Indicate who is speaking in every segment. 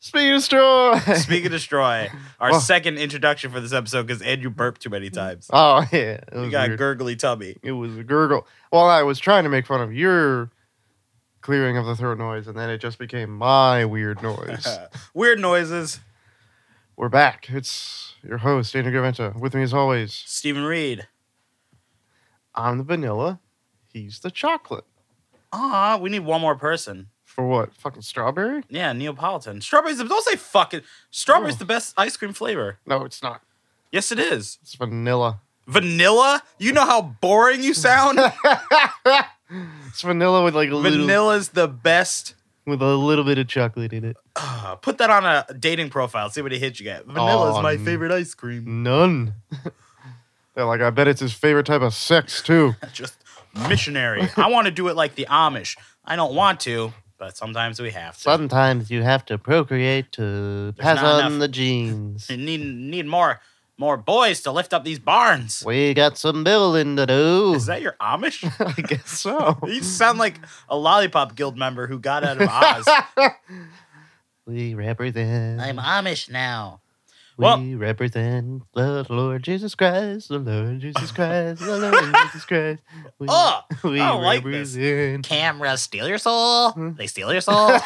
Speaker 1: Speed of straw.
Speaker 2: Speak and destroy. Our
Speaker 1: Well-
Speaker 2: second introduction for this episode because Andrew burped too many times.
Speaker 1: oh yeah, it
Speaker 2: We
Speaker 1: was
Speaker 2: got
Speaker 1: weird.
Speaker 2: gurgly tummy.
Speaker 1: it was a gurgle. Well, I was trying to make fun of your clearing of the throat noise, and then it just became my weird noise.
Speaker 2: Weird noises.
Speaker 1: We're back. It's your host Andrew Gaventa. With me as always,
Speaker 2: Stephen Reed.
Speaker 1: I'm the vanilla. He's the chocolate.
Speaker 2: Ah, we need one more person.
Speaker 1: For what? Fucking strawberry?
Speaker 2: Yeah, Neapolitan. Strawberries. Don't say fucking. Strawberries
Speaker 1: Oh.
Speaker 2: the best ice cream flavor.
Speaker 1: No, it's not.
Speaker 2: Yes, it is.
Speaker 1: It's vanilla.
Speaker 2: Vanilla. You know how boring you sound.
Speaker 1: it's vanilla with like a little
Speaker 2: Vanilla's the best.
Speaker 1: with a little bit of chocolate in it.
Speaker 2: Ah, put that on a dating profile. See what it hits you get. Vanilla's
Speaker 1: Oh,
Speaker 2: my
Speaker 1: n-
Speaker 2: favorite ice cream.
Speaker 1: None. They're like, I bet it's his favorite type of sex too.
Speaker 2: Just missionary. I want to do it like the Amish. I don't want to, but sometimes we have to.
Speaker 1: Sometimes you have to procreate to pass
Speaker 2: not
Speaker 1: on
Speaker 2: enough.
Speaker 1: the genes.
Speaker 2: You need need more more boys to lift up these barns.
Speaker 1: we got some building to do.
Speaker 2: Is that your Amish?
Speaker 1: I guess so.
Speaker 2: you sound like a lollipop guild member who got out of Oz.
Speaker 1: we represent.
Speaker 2: Amish now.
Speaker 1: we
Speaker 2: well-
Speaker 1: represent the Lord Jesus Christ, the Lord Jesus Christ, the Lord Jesus Christ. We,
Speaker 2: Oh,
Speaker 1: we
Speaker 2: I don't like this. Cameras steal your soul.
Speaker 1: Hmm?
Speaker 2: They steal your soul.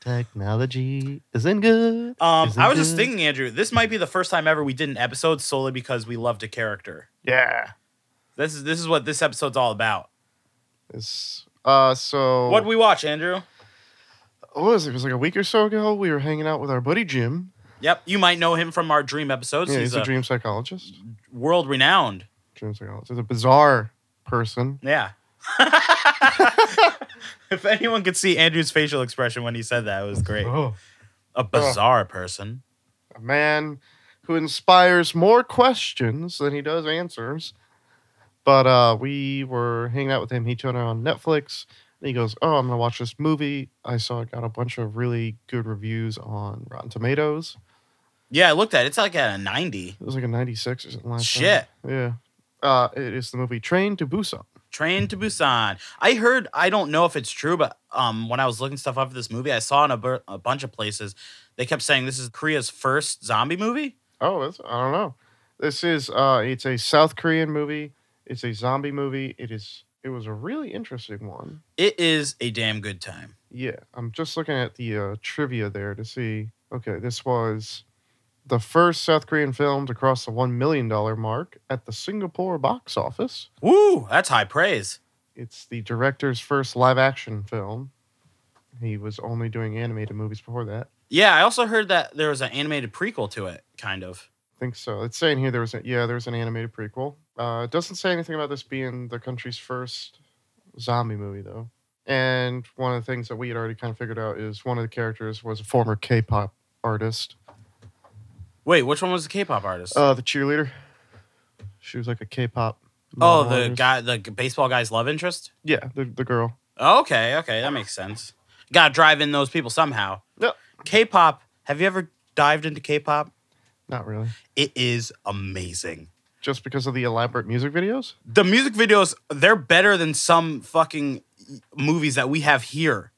Speaker 1: Technology isn't good.
Speaker 2: Um,
Speaker 1: Isn't
Speaker 2: I was
Speaker 1: good.
Speaker 2: just thinking, Andrew, this might be the first time ever we did an episode solely because we loved a character.
Speaker 1: Yeah.
Speaker 2: This is this is what this episode's all about.
Speaker 1: It's, uh, so
Speaker 2: What'd we watch, Andrew?
Speaker 1: what was it? It was like a week or so ago. We were hanging out with our buddy Jim.
Speaker 2: Yep, you might know him from our dream episodes.
Speaker 1: Yeah,
Speaker 2: he's,
Speaker 1: he's a
Speaker 2: a,
Speaker 1: dream psychologist.
Speaker 2: world renowned.
Speaker 1: Dream psychologist. He's a bizarre person.
Speaker 2: Yeah. if anyone could see Andrew's facial expression when he said that, it was great.
Speaker 1: Oh.
Speaker 2: A bizarre person.
Speaker 1: A man who inspires more questions than he does answers. But uh, we were hanging out with him. He turned on Netflix. And he goes, "Oh, I'm gonna watch this movie. I saw it got a bunch of really good reviews on Rotten Tomatoes.
Speaker 2: Yeah, I looked at it. It's like at a 90.
Speaker 1: It was like a 96 or something last
Speaker 2: Shit.
Speaker 1: time. Yeah. Uh, it is the movie Train to Busan.
Speaker 2: Train to Busan. I heard, I don't know if it's true, but um, when I was looking stuff up for this movie, I saw in a, bur- a bunch of places, they kept saying this is Korea's first zombie movie.
Speaker 1: Oh, that's I don't know. This is uh it's a South Korean movie. It's a zombie movie. It is it was a really interesting one.
Speaker 2: It is a damn good time.
Speaker 1: Yeah, I'm just looking at the uh, trivia there to see. Okay, this was the first South Korean film to cross the 1 million dollar mark at the Singapore box office.
Speaker 2: Woo, that's high praise.
Speaker 1: It's the director's first live action film. He was only doing animated movies before that.
Speaker 2: Yeah, I also heard that there was an animated prequel to it, kind of.
Speaker 1: I think so. It's saying here there was a, yeah there was an animated prequel. Uh, it doesn't say anything about this being the country's first zombie movie though. And one of the things that we had already kind of figured out is one of the characters was a former K-pop artist.
Speaker 2: Wait, which one was the K pop artist?
Speaker 1: Uh, the cheerleader. She was like a K-pop.
Speaker 2: oh,
Speaker 1: model
Speaker 2: the
Speaker 1: artist.
Speaker 2: guy, the baseball guy's love interest? Oh,
Speaker 1: Yeah, the, the girl.
Speaker 2: Okay, okay, that makes sense. Got to drive in those people somehow.
Speaker 1: Yep.
Speaker 2: K-pop. Have you ever dived into K-pop?
Speaker 1: Not really.
Speaker 2: It is amazing.
Speaker 1: Just because of the elaborate music videos.
Speaker 2: The music videos, they're better than some fucking movies that we have here.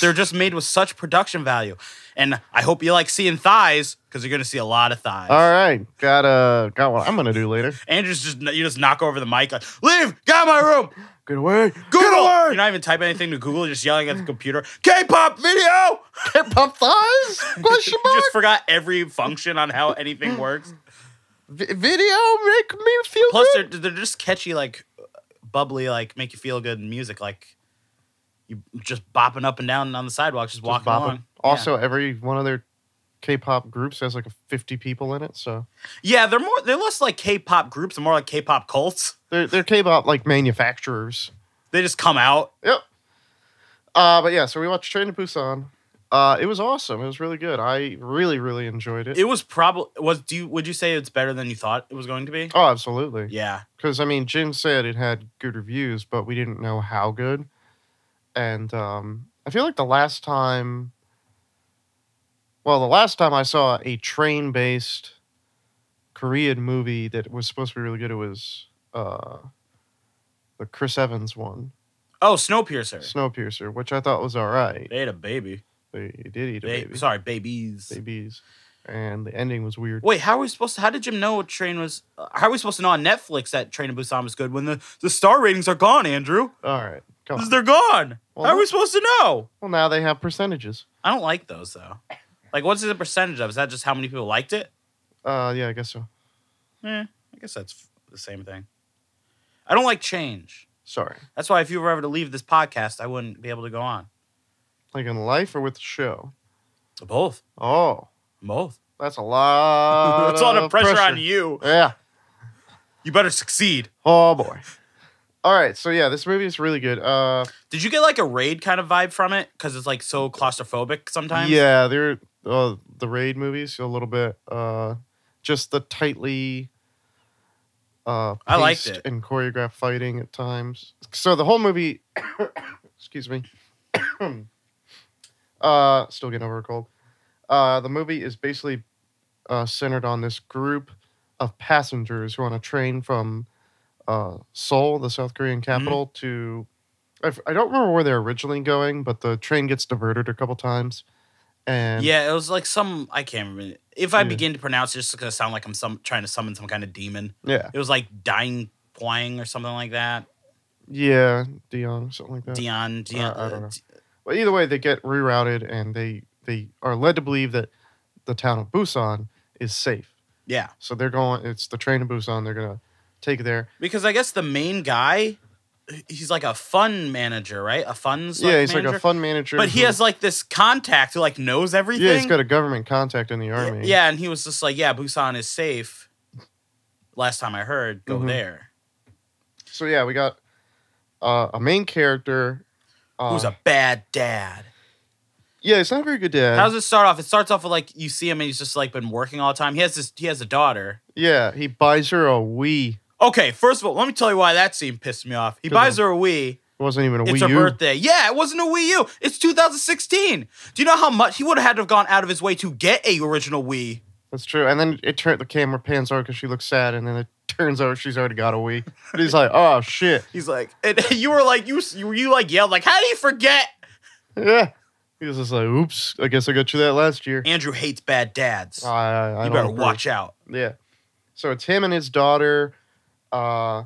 Speaker 2: They're just made with such production value. And I hope you like seeing thighs because you're going to see a lot of thighs.
Speaker 1: All right, got uh, got what I'm gonna do later.
Speaker 2: Andrew's just, you just knock over the mic like, leave, get out of my room,
Speaker 1: Good way.
Speaker 2: Google. You're not even typing anything to Google, you're just yelling at the computer, K pop video.
Speaker 1: K-pop thighs? Question
Speaker 2: You
Speaker 1: mark.
Speaker 2: just forgot every function on how anything works.
Speaker 1: V- video make me feel
Speaker 2: Plus,
Speaker 1: good.
Speaker 2: they're they're just catchy, like bubbly, like make you feel good music, like you just bopping up and down on the sidewalk, just, walking
Speaker 1: bopping.
Speaker 2: along.
Speaker 1: Also, every one of their K-pop groups has like 50 people in it, so
Speaker 2: yeah. yeah, they're more they're less like K-pop groups, and more like K-pop cults.
Speaker 1: they're they're K-pop like manufacturers.
Speaker 2: They just come out.
Speaker 1: Yep. Uh, but yeah, so we watched Train to Busan. Uh, it was awesome. It was really good. I really, really enjoyed it.
Speaker 2: It was probably was do you would you say it's better than you thought it was going to be?
Speaker 1: oh, absolutely.
Speaker 2: Yeah,
Speaker 1: Because I mean, Jim said it had good reviews, but we didn't know how good. And um, I feel like the last time, well, the last time I saw a train-based Korean movie that was supposed to be really good, it was uh, the Chris Evans one,
Speaker 2: Oh, Snowpiercer.
Speaker 1: Snowpiercer, which I thought was all right.
Speaker 2: They had a baby.
Speaker 1: They did eat a
Speaker 2: Ba-
Speaker 1: baby.
Speaker 2: Sorry, babies.
Speaker 1: Babies. And the ending was weird.
Speaker 2: Wait, how are we supposed to? How did Jim know Train was? uh, How are we supposed to know on Netflix that Train to Busan was good when the, the star ratings are gone, Andrew?
Speaker 1: All right. Come on.
Speaker 2: They're gone.
Speaker 1: Oh. Well,
Speaker 2: how are we
Speaker 1: that-
Speaker 2: supposed to know?
Speaker 1: Well, now they have percentages.
Speaker 2: I don't like those though. Like, what's the percentage of? Is that just how many people liked it?
Speaker 1: Uh, yeah, I guess so.
Speaker 2: Eh, I guess that's f- the same thing. I don't like change.
Speaker 1: Sorry.
Speaker 2: That's why if you were ever to leave this podcast, I wouldn't be able to go on.
Speaker 1: Like in life or with the show?
Speaker 2: Both,
Speaker 1: Oh,
Speaker 2: both.
Speaker 1: that's a lot.
Speaker 2: it's a lot of pressure, on
Speaker 1: you.
Speaker 2: you.
Speaker 1: Yeah.
Speaker 2: You better succeed.
Speaker 1: Oh boy. All right. So yeah, this movie is really good. Uh,
Speaker 2: Did you get like a raid kind of vibe from it? Because it's like so claustrophobic sometimes.
Speaker 1: yeah, they're uh, the raid movies a little bit. Uh, just the tightly. Uh,
Speaker 2: I liked
Speaker 1: paced
Speaker 2: it.
Speaker 1: And choreographed fighting at times. So the whole movie. excuse me. uh, still getting over a cold. Uh, the movie is basically uh, centered on this group of passengers who are on a train from uh, Seoul, the South Korean
Speaker 2: Mm-hmm.
Speaker 1: capital, to I f- I don't remember where they're originally going, but the train gets diverted a couple times, and
Speaker 2: Yeah, it was like some I can't remember. If I
Speaker 1: Yeah.
Speaker 2: begin to pronounce it, it's just gonna sound like I'm some trying to summon some kind of demon.
Speaker 1: yeah,
Speaker 2: It was like Dying Poing or something like that.
Speaker 1: yeah, Dion, something like that.
Speaker 2: Dion, Dion.
Speaker 1: Uh, I don't know.
Speaker 2: uh, D-
Speaker 1: But either way, they get rerouted, and they they are led to believe that the town of Busan is safe.
Speaker 2: yeah,
Speaker 1: So they're going. It's the train to Busan. They're gonna take it there.
Speaker 2: because I guess the main guy, he's like a fund manager, right? A funds.
Speaker 1: yeah, he's
Speaker 2: manager.
Speaker 1: like a fund manager,
Speaker 2: But he
Speaker 1: who-
Speaker 2: has like this contact who like knows everything.
Speaker 1: Yeah, he's got a government contact in the
Speaker 2: Y-
Speaker 1: army.
Speaker 2: Yeah, and he was just like, "Yeah, Busan is safe." Last time I heard, go
Speaker 1: Mhm.
Speaker 2: there.
Speaker 1: So yeah, we got uh, a main character. Uh,
Speaker 2: Who's a bad dad?
Speaker 1: Yeah, it's not a very good dad.
Speaker 2: How does it start off? It starts off with like you see him and he's just like been working all the time. He has this. He has a daughter.
Speaker 1: yeah, he buys her a Wii.
Speaker 2: Okay, first of all, let me tell you why that scene pissed me off. He
Speaker 1: Good
Speaker 2: buys her a Wii.
Speaker 1: It wasn't even a
Speaker 2: It's
Speaker 1: Wii
Speaker 2: her
Speaker 1: U.
Speaker 2: birthday. Yeah, it wasn't a Wii U. It's 2016. Do you know how much he would have had to have gone out of his way to get a original Wii?
Speaker 1: That's true. And then it turned the camera pans over because she looks sad, and then it turns out she's already got a Wii. And he's like, "Oh shit!"
Speaker 2: He's like, and you were like, you you, you like yelled like, how do you forget?
Speaker 1: Yeah. He was just like, "Oops, I guess I got you that last year."
Speaker 2: Andrew hates bad dads.
Speaker 1: I, I, Oh, I
Speaker 2: you
Speaker 1: don't
Speaker 2: better
Speaker 1: agree.
Speaker 2: watch out.
Speaker 1: Yeah. So it's him and his daughter. Uh,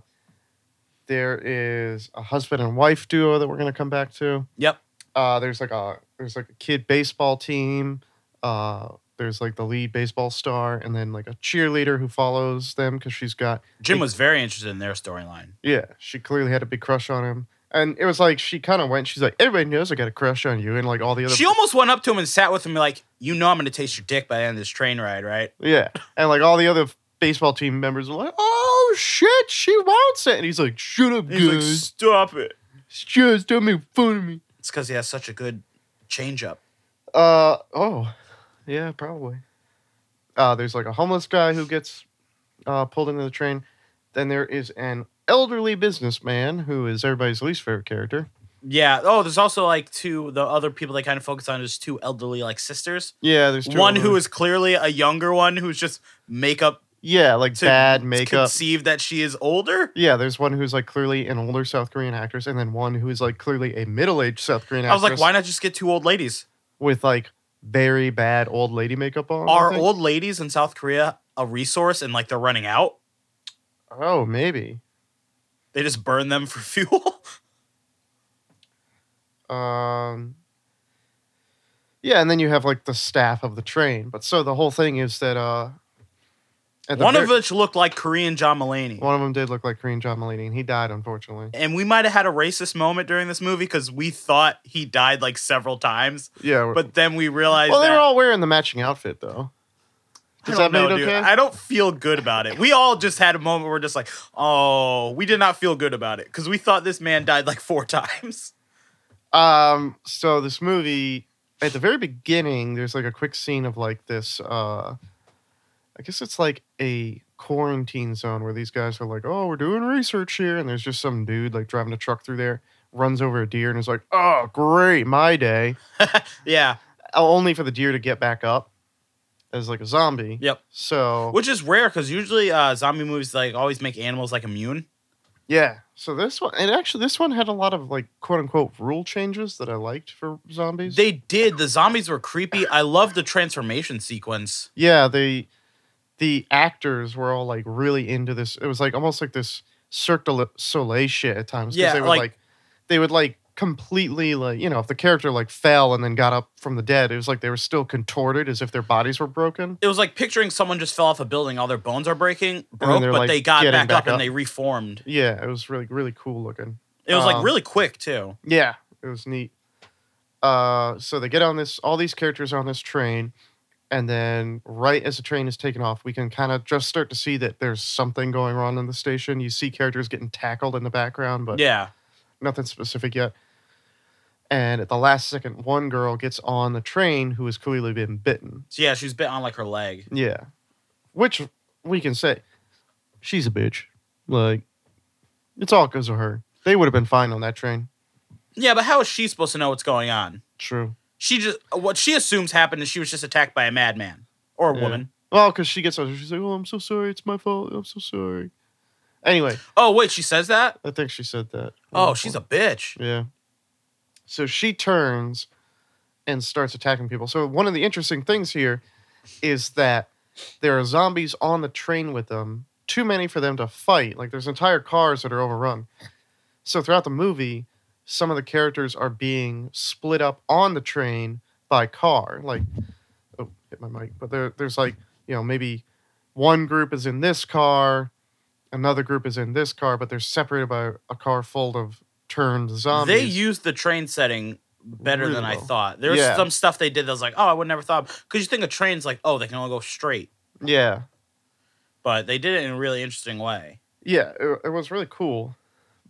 Speaker 1: there is a husband and wife duo that we're gonna come back to.
Speaker 2: Yep.
Speaker 1: uh, there's like a there's like a kid baseball team. Uh, there's like the lead baseball star, and then like a cheerleader who follows them because she's got
Speaker 2: Jim was very interested in their storyline.
Speaker 1: yeah, she clearly had a big crush on him. And it was like she kind of went. She's like, everybody knows I got a crush on you, and like all the other
Speaker 2: She almost went up to him and sat with him like, you know, I'm gonna taste your dick by the end of this train ride, right?
Speaker 1: yeah, and like all the other baseball team members were like, oh shit, she wants it, and he's like, shut up,
Speaker 2: He's like,
Speaker 1: guys,
Speaker 2: stop it.
Speaker 1: just don't make fun of me.
Speaker 2: It's because he has such a good change up.
Speaker 1: Uh oh, yeah, probably. Uh, there's like a homeless guy who gets uh, pulled into the train. Then there is an elderly businessman who is everybody's least favorite character.
Speaker 2: Yeah. Oh, there's also like two the other people they kind of focus on is two elderly like sisters.
Speaker 1: Yeah, there's two
Speaker 2: One who
Speaker 1: elderly-
Speaker 2: is clearly a younger one who's just makeup
Speaker 1: yeah, like
Speaker 2: to
Speaker 1: bad makeup.
Speaker 2: conceive that she is older.
Speaker 1: yeah, there's one who's like clearly an older South Korean actress, and then one who is like clearly a middle-aged South Korean
Speaker 2: I was
Speaker 1: actress.
Speaker 2: like, why not just get two old ladies?
Speaker 1: With like very bad old lady makeup on. I
Speaker 2: Are
Speaker 1: think?
Speaker 2: old ladies in South Korea a resource and like they're running out?
Speaker 1: Oh, maybe.
Speaker 2: They just burn them for fuel.
Speaker 1: Um, yeah, and then you have like the staff of the train. But so the whole thing is that uh, at the
Speaker 2: one of
Speaker 1: ver-
Speaker 2: which looked like Korean John Mulaney.
Speaker 1: one of them did look like Korean John Mulaney, and he died unfortunately.
Speaker 2: and we might have had a racist moment during this movie because we thought he died like several times,
Speaker 1: Yeah,
Speaker 2: but then we realized
Speaker 1: well, they
Speaker 2: that,
Speaker 1: were all wearing the matching outfit though.
Speaker 2: I
Speaker 1: Does
Speaker 2: don't
Speaker 1: that make
Speaker 2: know,
Speaker 1: it
Speaker 2: dude.
Speaker 1: okay?
Speaker 2: I don't feel good about it. We all just had a moment where we're just like, oh, we did not feel good about it because we thought this man died like four times.
Speaker 1: Um, so this movie at the very beginning, there's like a quick scene of like this. Uh, I guess it's like a quarantine zone where these guys are like, "Oh, we're doing research here," and there's just some dude like driving a truck through there, runs over a deer, and is like, "Oh, great, my day!"
Speaker 2: Yeah.
Speaker 1: Only for the deer to get back up as like a zombie.
Speaker 2: Yep.
Speaker 1: So
Speaker 2: Which is rare because usually uh, zombie movies like always make animals like immune.
Speaker 1: Yeah. So this one, and actually, this one had a lot of like quote unquote rule changes that I liked for zombies.
Speaker 2: They did. The zombies were creepy. I love the transformation sequence.
Speaker 1: yeah, they, the actors were all like really into this. It was like almost like this Cirque du Soleil shit at times. 'cause
Speaker 2: Yeah,
Speaker 1: they would
Speaker 2: like-
Speaker 1: like, they would like completely like you know if the character like fell and then got up from the dead, it was like they were still contorted as if their bodies were broken.
Speaker 2: It was like picturing someone just fell off a building, all their bones are breaking, broke,
Speaker 1: they're,
Speaker 2: but
Speaker 1: like,
Speaker 2: they got
Speaker 1: getting
Speaker 2: back,
Speaker 1: back
Speaker 2: up, and
Speaker 1: up.
Speaker 2: they reformed.
Speaker 1: Yeah, it was really really cool looking.
Speaker 2: It was like
Speaker 1: Um,
Speaker 2: really quick too.
Speaker 1: Yeah, it was neat. Uh, so they get on this, all these characters are on this train, and then right as the train is taking off, we can kind of just start to see that there's something going on in the station. You see characters getting tackled in the background, but
Speaker 2: Yeah.
Speaker 1: nothing specific yet. And at the last second, one girl gets on the train who has clearly been bitten.
Speaker 2: So yeah, she's bit on like her leg.
Speaker 1: Yeah, which we can say she's a bitch. Like, it's all because of her. They would have been fine on that train.
Speaker 2: Yeah, but how is she supposed to know what's going on?
Speaker 1: True.
Speaker 2: She just what she assumes happened is she was just attacked by a madman or a
Speaker 1: Yeah.
Speaker 2: woman.
Speaker 1: Well, because she gets up, she's like, "Oh, I'm so sorry. It's my fault. I'm so sorry." Anyway,
Speaker 2: Oh wait, she says that?
Speaker 1: I think she said that.
Speaker 2: Oh, she's a bitch.
Speaker 1: yeah. So she turns and starts attacking people. So one of the interesting things here is that there are zombies on the train with them. Too many for them to fight. Like there's entire cars that are overrun. So throughout the movie, some of the characters are being split up on the train by car. Like, oh, hit my mic. But there, there's like, you know, maybe one group is in this car, another group is in this car, but they're separated by a car full of turned zombies.
Speaker 2: They used the train setting better
Speaker 1: Really
Speaker 2: than I
Speaker 1: well.
Speaker 2: thought. There was
Speaker 1: Yeah.
Speaker 2: some stuff they did that was like, oh, I would never thought because you think a train's like, oh, they can only go straight,
Speaker 1: yeah.
Speaker 2: but they did it in a really interesting way.
Speaker 1: yeah, it, it was really cool.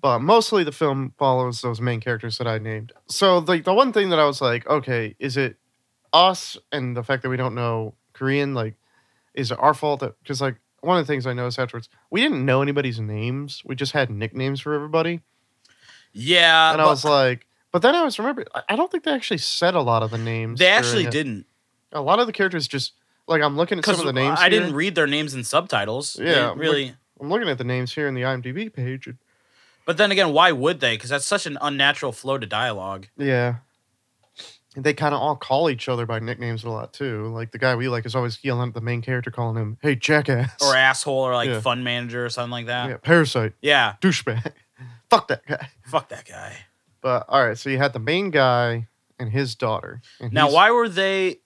Speaker 1: But mostly the film follows those main characters that I named. So like the one thing that I was like, okay, is it us and the fact that we don't know Korean? Like, is it our fault? that Because like one of the things I noticed afterwards, we didn't know anybody's names. We just had nicknames for everybody,
Speaker 2: Yeah,
Speaker 1: and I
Speaker 2: but
Speaker 1: was like, but then I was remember, I- I don't think they actually said a lot of the names.
Speaker 2: they
Speaker 1: during
Speaker 2: actually
Speaker 1: it.
Speaker 2: didn't
Speaker 1: A lot of the characters just like I'm looking at some
Speaker 2: because
Speaker 1: of the names.
Speaker 2: I
Speaker 1: here.
Speaker 2: didn't read their names in subtitles. They
Speaker 1: Yeah,
Speaker 2: really.
Speaker 1: I'm looking at the names here in the IMDb page. and-
Speaker 2: But then again, why would they? Because that's such an unnatural flow to dialogue.
Speaker 1: Yeah. And They kind of all call each other by nicknames a lot too. Like the guy we like is always yelling at the main character, calling him "Hey jackass"
Speaker 2: Or asshole, or like
Speaker 1: Yeah.
Speaker 2: fun manager, or something like that.
Speaker 1: yeah, "Parasite,"
Speaker 2: yeah.
Speaker 1: "Douchebag," "Fuck that guy."
Speaker 2: Fuck that guy.
Speaker 1: But all right, so you had the main guy and his daughter. And
Speaker 2: Now,
Speaker 1: he's-
Speaker 2: why were they?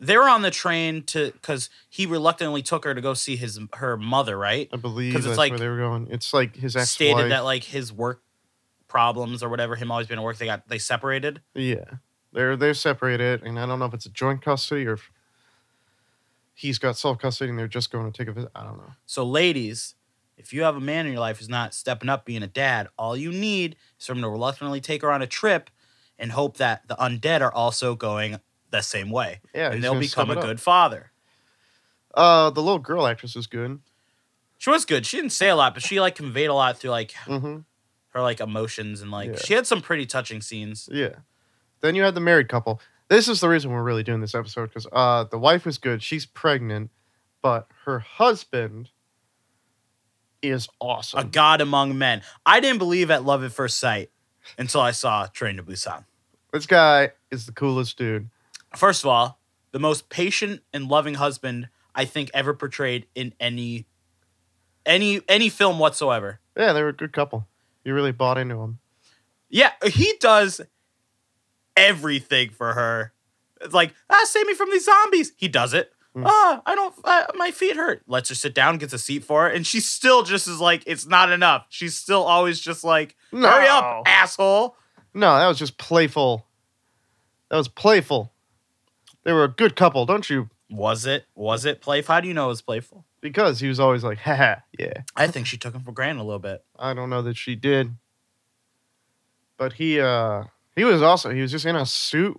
Speaker 2: They were on the train to because he reluctantly took her to go see his her mother, right?
Speaker 1: I believe
Speaker 2: 'Cause it's
Speaker 1: that's
Speaker 2: like-
Speaker 1: where they were going. It's like his ex
Speaker 2: Stated that like his work problems or whatever, him always being at work, they got they separated.
Speaker 1: Yeah, they're they're separated, and I don't know if it's a joint custody or if he's got self custody, and they're just going to take a visit. I don't know.
Speaker 2: So, ladies, if you have a man in your life who's not stepping up being a dad, all you need is for him to reluctantly take her on a trip and hope that the undead are also going the same way,
Speaker 1: Yeah, he's
Speaker 2: and they'll
Speaker 1: gonna step
Speaker 2: become a
Speaker 1: it up.
Speaker 2: good father.
Speaker 1: Uh, the little girl actress is good.
Speaker 2: She was good. She didn't say a lot, but she like conveyed a lot through like
Speaker 1: Mm-hmm.
Speaker 2: her like emotions and like
Speaker 1: Yeah.
Speaker 2: she had some pretty touching scenes.
Speaker 1: Yeah. Then you had the married couple. This is the reason we're really doing this episode because uh, the wife is good. She's pregnant, but her husband is
Speaker 2: A
Speaker 1: awesome.
Speaker 2: god among men. I didn't believe at love at first sight until I saw Train to Busan.
Speaker 1: This guy is the coolest dude.
Speaker 2: First of all, the most patient and loving husband I think ever portrayed in any any any film whatsoever.
Speaker 1: Yeah, they were a good couple. You really bought into him.
Speaker 2: Yeah, he does everything for her. It's like, ah, save me from these zombies. He does it.
Speaker 1: Mm.
Speaker 2: Ah, I don't. Uh, my feet hurt. Lets her sit down, gets a seat for her, and she still just is like, it's not enough. She's still always just like,
Speaker 1: No.
Speaker 2: hurry up, asshole.
Speaker 1: No, that was just playful. That was playful. They were a good couple, don't you?
Speaker 2: Was it? Was it playful? How do you know it was playful?
Speaker 1: Because he was always like, haha, yeah.
Speaker 2: I think she took him for granted a little bit.
Speaker 1: I don't know that she did. But he uh he was also he was just in a suit,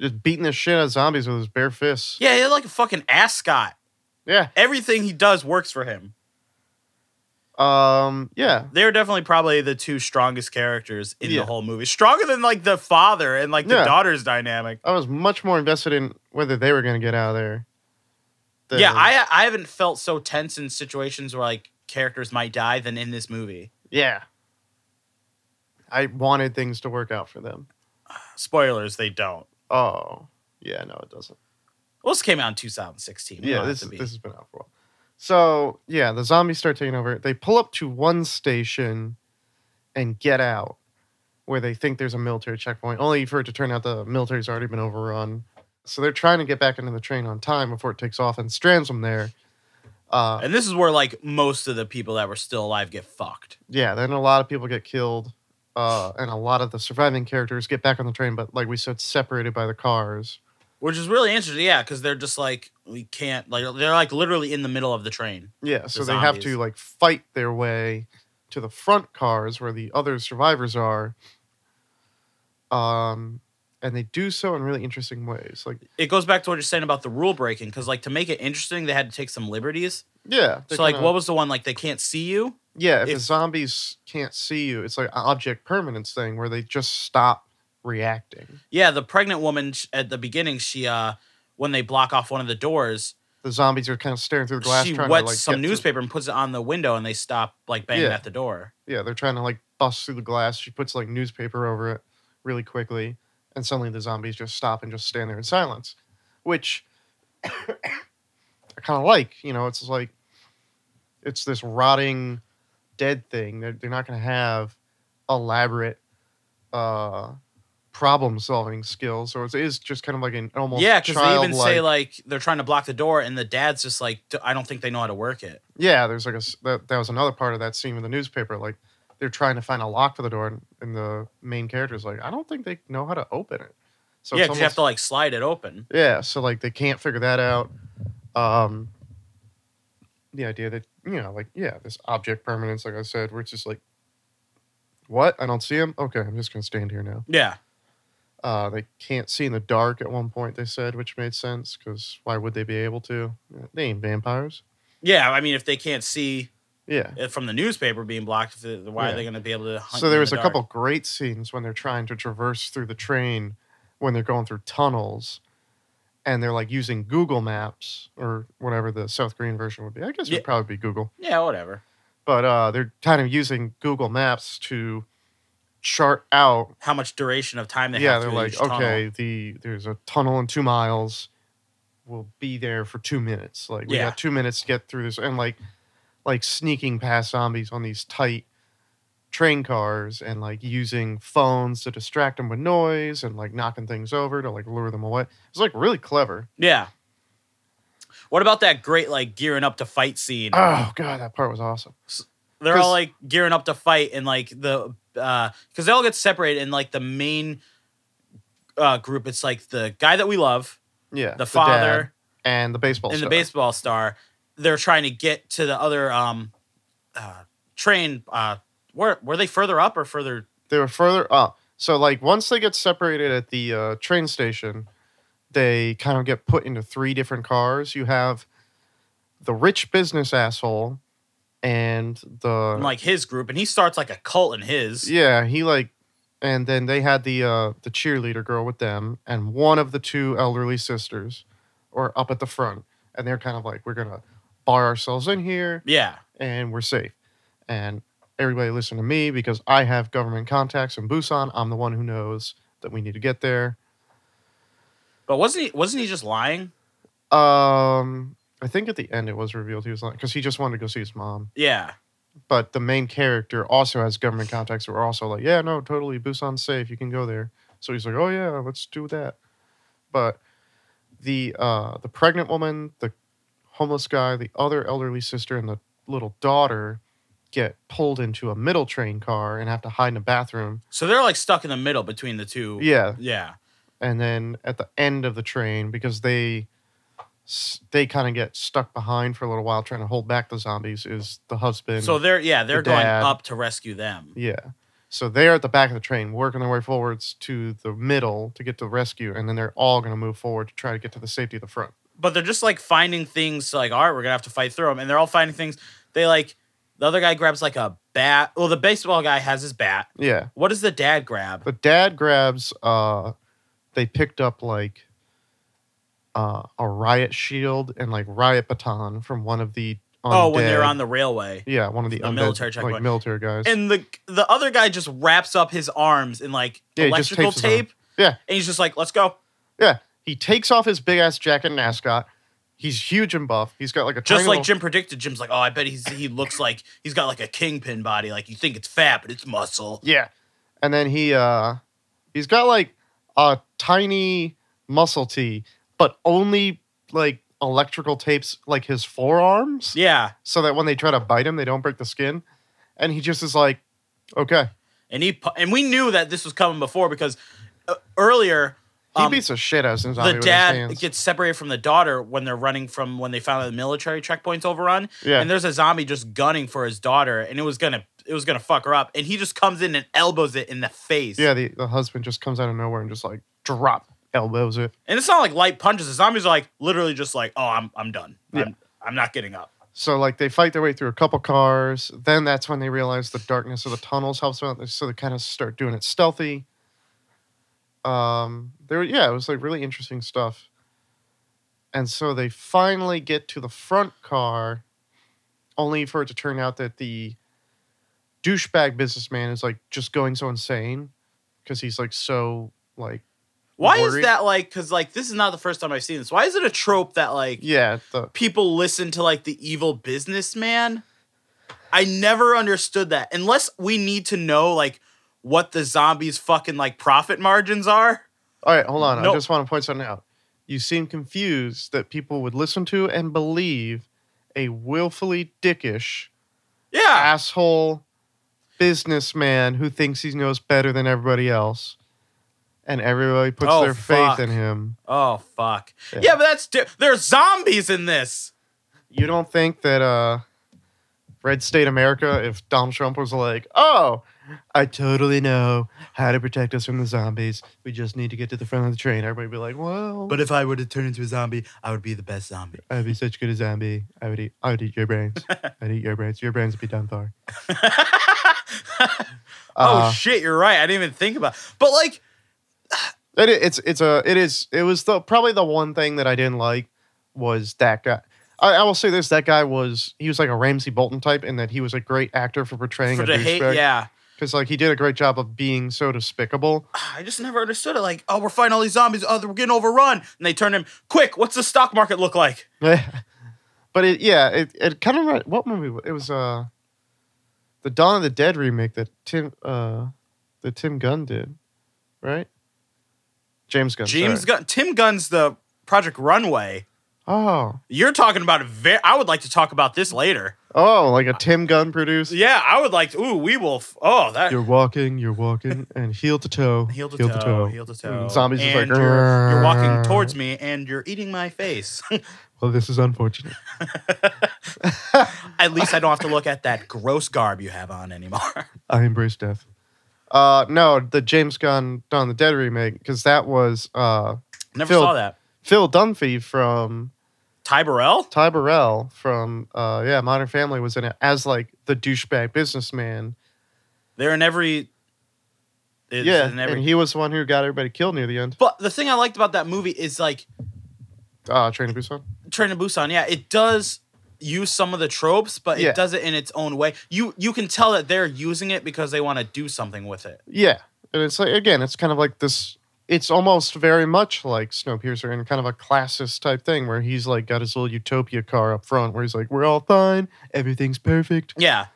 Speaker 1: just beating the shit out of zombies with his bare fists.
Speaker 2: Yeah, he's like a fucking ascot.
Speaker 1: Yeah.
Speaker 2: Everything he does works for him.
Speaker 1: Um yeah.
Speaker 2: They're definitely probably the two strongest characters in the
Speaker 1: Yeah.
Speaker 2: whole movie. Stronger than like the father and like the
Speaker 1: Yeah.
Speaker 2: daughter's dynamic.
Speaker 1: I was much more invested in whether they were gonna get out of there. than-
Speaker 2: Yeah, I I haven't felt so tense in situations where like characters might die than in this movie.
Speaker 1: Yeah. I wanted things to work out for them.
Speaker 2: Spoilers, they don't.
Speaker 1: Oh, yeah, no, it doesn't.
Speaker 2: Well, this came out in 2016. We
Speaker 1: yeah,
Speaker 2: don't have
Speaker 1: this
Speaker 2: to
Speaker 1: is,
Speaker 2: be-
Speaker 1: this has been out for a while. So yeah, the zombies start taking over. They pull up to one station and get out where they think there's a military checkpoint, only for it to turn out the military's already been overrun. So they're trying to get back into the train on time before it takes off and strands them there. Uh,
Speaker 2: And this is where like most of the people that were still alive get fucked.
Speaker 1: yeah, then a lot of people get killed, uh, and a lot of the surviving characters get back on the train, but like we said, separated by the cars.
Speaker 2: Which is really interesting, yeah, because they're just like we can't like they're like literally in the middle of the train.
Speaker 1: Yeah, so they have to
Speaker 2: zombies.
Speaker 1: like fight their way to the front cars where the other survivors are. Um, and they do so in really interesting ways. Like,
Speaker 2: It goes back to what you're saying about the rule breaking, because like to make it interesting, they had to take some liberties.
Speaker 1: yeah, they
Speaker 2: so like,
Speaker 1: kinda-
Speaker 2: what was the one like they can't see you?
Speaker 1: Yeah, if, the
Speaker 2: if-
Speaker 1: zombies can't see you, it's like an object permanence thing where they just stop reacting.
Speaker 2: Yeah, the pregnant woman sh- at the beginning, she uh when they block off one of the doors,
Speaker 1: The zombies are kind of staring through the glass,
Speaker 2: she
Speaker 1: trying
Speaker 2: wets
Speaker 1: to like
Speaker 2: some
Speaker 1: get to-
Speaker 2: newspaper and puts it on the window, and they stop like banging
Speaker 1: Yeah.
Speaker 2: at the door.
Speaker 1: yeah, they're trying to like bust through the glass. She puts like newspaper over it really quickly, and suddenly the zombies just stop and just stand there in silence, which I kind of like. You know, it's like it's this rotting, dead thing. They're, they're not going to have elaborate uh, problem solving skills, so it is just kind of like an almost
Speaker 2: yeah, because they
Speaker 1: child
Speaker 2: even say like they're trying to block the door, and the dad's just like, "D- I don't think they know how to work it.
Speaker 1: Yeah, there's like a s- that, that was another part of that scene with the newspaper. Like they're trying to find a lock for the door, and, and the main character's like, I don't think they know how to open it. So
Speaker 2: yeah,
Speaker 1: it's
Speaker 2: because you have
Speaker 1: almost-
Speaker 2: to like slide it open.
Speaker 1: yeah, so like they can't figure that out. Um, the idea that you know, like yeah, this object permanence, like I said, where it's just like, what? I don't see him. Okay, I'm just gonna stand here now.
Speaker 2: Yeah,
Speaker 1: Uh, they can't see in the dark at one point. They said, which made sense because why would they be able to? They ain't vampires.
Speaker 2: yeah. I mean, if they can't see
Speaker 1: Yeah.
Speaker 2: it uh, from the newspaper being blocked, if the- why
Speaker 1: Yeah.
Speaker 2: are they going to be able to? Hunt
Speaker 1: So
Speaker 2: you
Speaker 1: there
Speaker 2: in
Speaker 1: was
Speaker 2: the
Speaker 1: a
Speaker 2: dark?
Speaker 1: couple great scenes when they're trying to traverse through the train when they're going through tunnels and they're like using Google Maps or whatever the South Korean version would be. I guess it
Speaker 2: Yeah.
Speaker 1: would probably be Google.
Speaker 2: Yeah, whatever.
Speaker 1: But uh, they're kind of using Google Maps to chart out.
Speaker 2: How much duration of time they
Speaker 1: yeah,
Speaker 2: have?
Speaker 1: they're
Speaker 2: through
Speaker 1: like,
Speaker 2: each tunnel.
Speaker 1: okay, the there's a tunnel in two miles. We'll be there for two minutes. Like we
Speaker 2: Yeah.
Speaker 1: got two minutes to get through this and like like sneaking past zombies on these tight train cars and like using phones to distract them with noise and like knocking things over to like lure them away. It's like really clever.
Speaker 2: Yeah. What about that great like gearing up to fight scene?
Speaker 1: Oh god, that part was awesome.
Speaker 2: they're all
Speaker 1: 'cause-
Speaker 2: like gearing up to fight and like the uh because they all get separated and like the main uh group it's like the guy that we love
Speaker 1: Yeah.
Speaker 2: the,
Speaker 1: dad
Speaker 2: father
Speaker 1: and the baseball
Speaker 2: and the
Speaker 1: star.
Speaker 2: baseball star they're trying to get to the other um uh train uh were, were they further up or further
Speaker 1: they were further up. So like once they get separated at the uh, train station, they kind of get put into three different cars. You have the rich business asshole and the
Speaker 2: in like his group and he starts like a cult in his
Speaker 1: Uh-huh. yeah he like and then they had the uh the cheerleader girl with them and one of the two elderly sisters or up at the front and they're kind of like we're gonna bar ourselves in here
Speaker 2: yeah
Speaker 1: and we're safe. And everybody listen to me because I have government contacts in Busan. I'm the one who knows that we need to get there.
Speaker 2: but wasn't he wasn't he just lying
Speaker 1: Um, I think at the end it was revealed he was lying because he just wanted to go see his mom.
Speaker 2: yeah
Speaker 1: But the main character also has government contacts who are also like, yeah, no, totally, Busan's safe. You can go there. So he's like, oh yeah, let's do that. But the uh, the pregnant woman, the homeless guy, the other elderly sister, and the little daughter get pulled into a middle train car and have to hide in a bathroom.
Speaker 2: so they're like stuck in the middle between the two
Speaker 1: Yeah,
Speaker 2: yeah
Speaker 1: and then at the end of the train because they s- they kind of get stuck behind for a little while trying to hold back the zombies is the husband.
Speaker 2: so they're yeah they're going
Speaker 1: dad.
Speaker 2: up to rescue them
Speaker 1: Yeah. So they're at the back of the train, working their way forwards to the middle to get to the rescue, and then they're all going to move forward to try to get to the safety of the front.
Speaker 2: but they're just like finding things like all right we're gonna have to fight through them and they're all finding things they like the other guy grabs like a bat well the baseball guy has his bat
Speaker 1: Yeah.
Speaker 2: what does the dad grab
Speaker 1: The dad grabs. Uh, they picked up like uh, a riot shield and like riot baton from one of the
Speaker 2: oh, when they're
Speaker 1: undead.
Speaker 2: on the railway.
Speaker 1: yeah, one of the,
Speaker 2: the
Speaker 1: undead,
Speaker 2: military checkpoint.
Speaker 1: like military guys.
Speaker 2: And the the other guy just wraps up his arms in like
Speaker 1: Yeah, he just
Speaker 2: electrical
Speaker 1: tapes his arm.
Speaker 2: tape.
Speaker 1: Yeah.
Speaker 2: And he's just like, let's go.
Speaker 1: yeah, he takes off his big ass jacket and ascot. He's huge and buff. He's got like a
Speaker 2: Just
Speaker 1: tiny
Speaker 2: like
Speaker 1: little-
Speaker 2: Jim predicted, Jim's like, oh, I bet he's he looks like he's got like a kingpin body. Like you think it's fat, but it's muscle.
Speaker 1: yeah, and then he uh he's got like a tiny muscle tee, but only like electrical tapes like his forearms,
Speaker 2: Yeah.
Speaker 1: so that when they try to bite him, they don't break the skin. And he just is like, okay,
Speaker 2: And he pu- and we knew that this was coming before because uh, earlier
Speaker 1: he
Speaker 2: um,
Speaker 1: beats the shit out of some zombie
Speaker 2: the
Speaker 1: with his
Speaker 2: dad
Speaker 1: hands.
Speaker 2: gets separated from the daughter when they're running from when they found out the military checkpoints overrun.
Speaker 1: Yeah.
Speaker 2: And there's a zombie just gunning for his daughter, and it was gonna it was gonna fuck her up. And he just comes in and elbows it in the face.
Speaker 1: Yeah, the, the husband just comes out of nowhere and just like drop elbows it.
Speaker 2: And it's not like light punches. The zombies are like literally just like, oh, I'm I'm done. I'm, I'm not getting up.
Speaker 1: So like they fight their way through a couple cars. Then that's when they realize the darkness of the tunnels helps them out. So they kind of start doing it stealthy. Um, there, yeah, it was like really interesting stuff. And so they finally get to the front car, only for it to turn out that the douchebag businessman is like just going so insane because he's like so like
Speaker 2: Why is
Speaker 1: Worried.
Speaker 2: that like? Because like this is not the first time I've seen this. Why is it a trope that like
Speaker 1: yeah the
Speaker 2: people listen to like the evil businessman. I never understood that. Unless we need to know like what the zombies fucking like profit margins are.
Speaker 1: All right, hold on.
Speaker 2: Nope.
Speaker 1: I just want to point something out. You seem confused that people would listen to and believe a willfully dickish
Speaker 2: Yeah.
Speaker 1: asshole businessman who thinks he knows better than everybody else, and everybody puts
Speaker 2: Oh,
Speaker 1: their faith
Speaker 2: fuck.
Speaker 1: in him.
Speaker 2: Oh fuck. Yeah,
Speaker 1: Yeah.
Speaker 2: but that's di- there's zombies in this.
Speaker 1: You don't think that uh, Red State America, if Donald Trump was like, "Oh, I totally know how to protect us from the zombies. We just need to get to the front of the train," everybody would be like, "Well,
Speaker 2: if I were to turn into a zombie, I would be the best zombie.
Speaker 1: I'd be such a good zombie. I would eat. I would eat your brains. I'd eat your brains. Your brains would be done for.
Speaker 2: oh
Speaker 1: Uh,
Speaker 2: shit, you're right. I didn't even think about. But like,
Speaker 1: it, it's it's a it is it was the probably the one thing that I didn't like was that guy. I, I will say this: that guy was he was like a Ramsey Bolton type, in that he was a great actor for portraying
Speaker 2: for
Speaker 1: a
Speaker 2: the hate,
Speaker 1: douchebag.
Speaker 2: yeah.
Speaker 1: because like he did a great job of being so despicable.
Speaker 2: I just never understood it. Like, oh, we're fighting all these zombies. Oh, we're getting overrun. And they turn him quick. What's the stock market look like?
Speaker 1: but it, yeah, it it kind of what movie wa- it was? Uh, the Dawn of the Dead remake that Tim uh, that Tim Gunn did, right? James Gunn.
Speaker 2: James
Speaker 1: sorry.
Speaker 2: Gunn, Tim Gunn's the Project Runway.
Speaker 1: Oh,
Speaker 2: You're talking about a very. I would like to talk about this later.
Speaker 1: oh, like a Tim Gunn produced.
Speaker 2: Yeah, I would like. To, ooh, we will. F- oh, that
Speaker 1: You're walking, you're walking, and heel to toe,
Speaker 2: heel to heel toe, heel to toe.
Speaker 1: And zombies just
Speaker 2: and
Speaker 1: like,
Speaker 2: you're, you're walking
Speaker 1: "Grrr."
Speaker 2: towards me, and you're eating my face.
Speaker 1: Well, this is unfortunate.
Speaker 2: At least I don't have to look at that gross garb you have on anymore.
Speaker 1: I embrace death. Uh, no, the James Gunn Dawn of the Dead remake because that was uh
Speaker 2: never
Speaker 1: Phil-
Speaker 2: saw that.
Speaker 1: Phil Dunphy from
Speaker 2: Ty Burrell.
Speaker 1: Ty Burrell from uh yeah Modern Family was in it as like the douchebag businessman.
Speaker 2: They're in every. it's
Speaker 1: yeah,
Speaker 2: in every.
Speaker 1: and he was the one who got everybody killed near the end.
Speaker 2: but the thing I liked about that movie is like
Speaker 1: Uh, Train to Busan.
Speaker 2: Train to Busan, yeah, it does use some of the tropes, but
Speaker 1: Yeah.
Speaker 2: it does it in its own way. You you can tell that they're using it because they want to do something with it.
Speaker 1: Yeah, and it's like again, it's kind of like this. It's almost very much like Snowpiercer and kind of a classist type thing where he's like got his little utopia car up front where he's like, "We're all fine, everything's perfect.
Speaker 2: Yeah.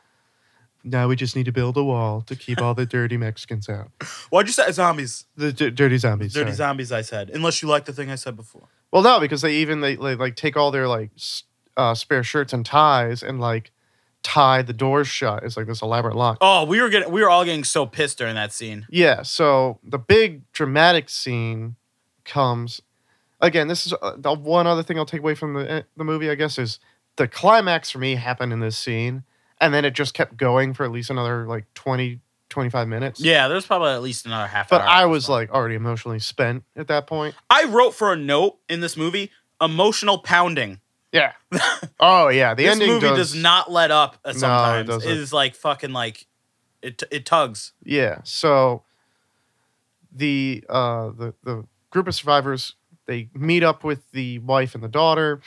Speaker 1: Now we just need to build a wall to keep all the dirty Mexicans out,
Speaker 2: Why'd you say zombies?
Speaker 1: the d- dirty zombies."
Speaker 2: Dirty
Speaker 1: sorry.
Speaker 2: zombies, I said. Unless you like the thing I said before.
Speaker 1: Well, no, because they even they, they like take all their like s- uh, spare shirts and ties and like tie the doors shut. It's like this elaborate lock.
Speaker 2: Oh, we were getting we were all getting so pissed during that scene.
Speaker 1: Yeah. So the big dramatic scene comes again. This is uh, the one other thing I'll take away from the eh, the movie. I guess is the climax for me happened in this scene, and then it just kept going for at least another like 20, 25 minutes.
Speaker 2: Yeah, there's probably at least another half
Speaker 1: But
Speaker 2: hour.
Speaker 1: I was like already emotionally spent at that point.
Speaker 2: I wrote for a note in this movie, emotional pounding.
Speaker 1: Yeah. oh yeah. The
Speaker 2: this
Speaker 1: ending
Speaker 2: movie does,
Speaker 1: does
Speaker 2: not let up uh, sometimes.
Speaker 1: doesn't.
Speaker 2: it is like fucking like it it tugs.
Speaker 1: Yeah. So the uh the the group of survivors they meet up with the wife and the daughter.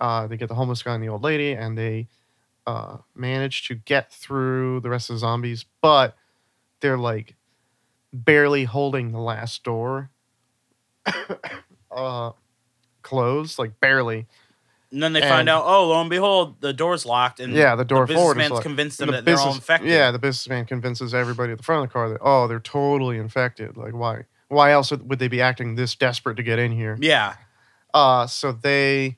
Speaker 1: Uh, they get the homeless guy and the old lady, and they uh, manage to get through the rest of the zombies, but they're like barely holding the last door uh, closed, like barely.
Speaker 2: And then they find
Speaker 1: And-
Speaker 2: out, oh, lo and behold, the door's locked. And
Speaker 1: Yeah, the door
Speaker 2: the
Speaker 1: forward is
Speaker 2: businessman's
Speaker 1: locked.
Speaker 2: convinced them
Speaker 1: And the
Speaker 2: that they're all
Speaker 1: business-
Speaker 2: infected.
Speaker 1: Yeah, the businessman convinces everybody at the front of the car that oh, they're totally infected. Like why? Why else would they be acting this desperate to get in here?
Speaker 2: Yeah.
Speaker 1: Uh, so they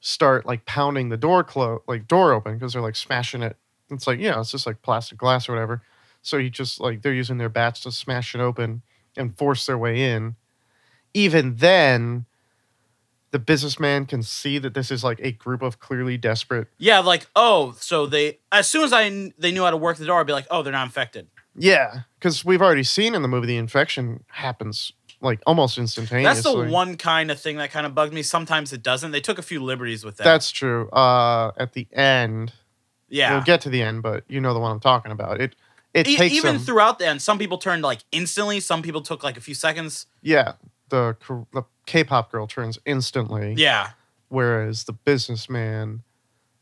Speaker 1: start like pounding the door close, like door open, because they're like smashing it. It's like yeah, it's just like plastic glass or whatever. So you just like they're using their bats to smash it open and force their way in. Even then, the businessman can see that this is like a group of clearly desperate.
Speaker 2: Yeah, like, oh, so they, as soon as I kn- they knew how to work the door, I'd be like, oh, they're not infected.
Speaker 1: Yeah, because we've already seen in the movie the infection happens like almost instantaneously.
Speaker 2: That's the one kind of thing that kind of bugged me. Sometimes it doesn't. They took a few liberties with that.
Speaker 1: That's true. Uh, at the end,
Speaker 2: yeah.
Speaker 1: we'll get to the end, but you know the one I'm talking about. It it
Speaker 2: E-
Speaker 1: takes
Speaker 2: even
Speaker 1: them-
Speaker 2: throughout the end, some people turned like instantly. Some people took like a few seconds.
Speaker 1: yeah the K- the K-pop girl turns instantly,
Speaker 2: Yeah.
Speaker 1: whereas the businessman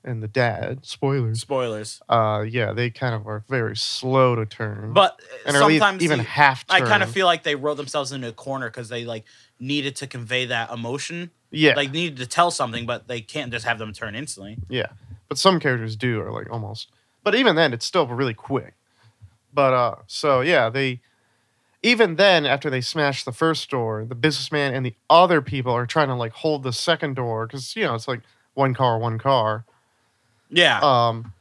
Speaker 1: and the dad spoilers
Speaker 2: Spoilers.
Speaker 1: uh yeah they kind of are very slow to turn,
Speaker 2: But uh,
Speaker 1: Mm-hmm. and
Speaker 2: sometimes
Speaker 1: sometimes even
Speaker 2: you-
Speaker 1: half
Speaker 2: I
Speaker 1: turn.
Speaker 2: kind of feel like they wrote themselves into a corner because they like needed to convey that emotion.
Speaker 1: yeah
Speaker 2: Like needed to tell something, but they can't just have them turn instantly.
Speaker 1: Yeah. But some characters do or like almost. But even then it's still really quick. But uh so yeah, they even then after they smash the first door, the businessman and the other people are trying to like hold the second door cuz you know, it's like one car, one car.
Speaker 2: Yeah.
Speaker 1: Um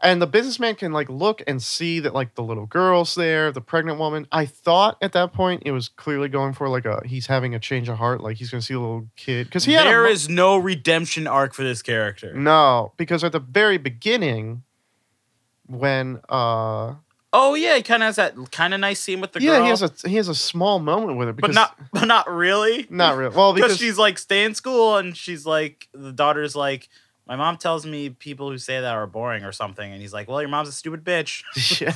Speaker 1: and the businessman can like look and see that like the little girl's there, the pregnant woman. I thought at that point it was clearly going for like a he's having a change of heart, like he's gonna see a little kid. Cause he had a
Speaker 2: there
Speaker 1: mo- Mm.
Speaker 2: is no redemption arc for this character.
Speaker 1: No, because at the very beginning, when uh
Speaker 2: Oh yeah, he kind of has that kind of nice scene with the
Speaker 1: yeah,
Speaker 2: girl.
Speaker 1: he has a he has a small moment with it,
Speaker 2: but
Speaker 1: because,
Speaker 2: not but not really.
Speaker 1: not real. Well,
Speaker 2: because
Speaker 1: because
Speaker 2: she's like stay in school and she's like the daughter's like my mom tells me people who say that are boring or something and he's like well your mom's a stupid bitch
Speaker 1: yeah.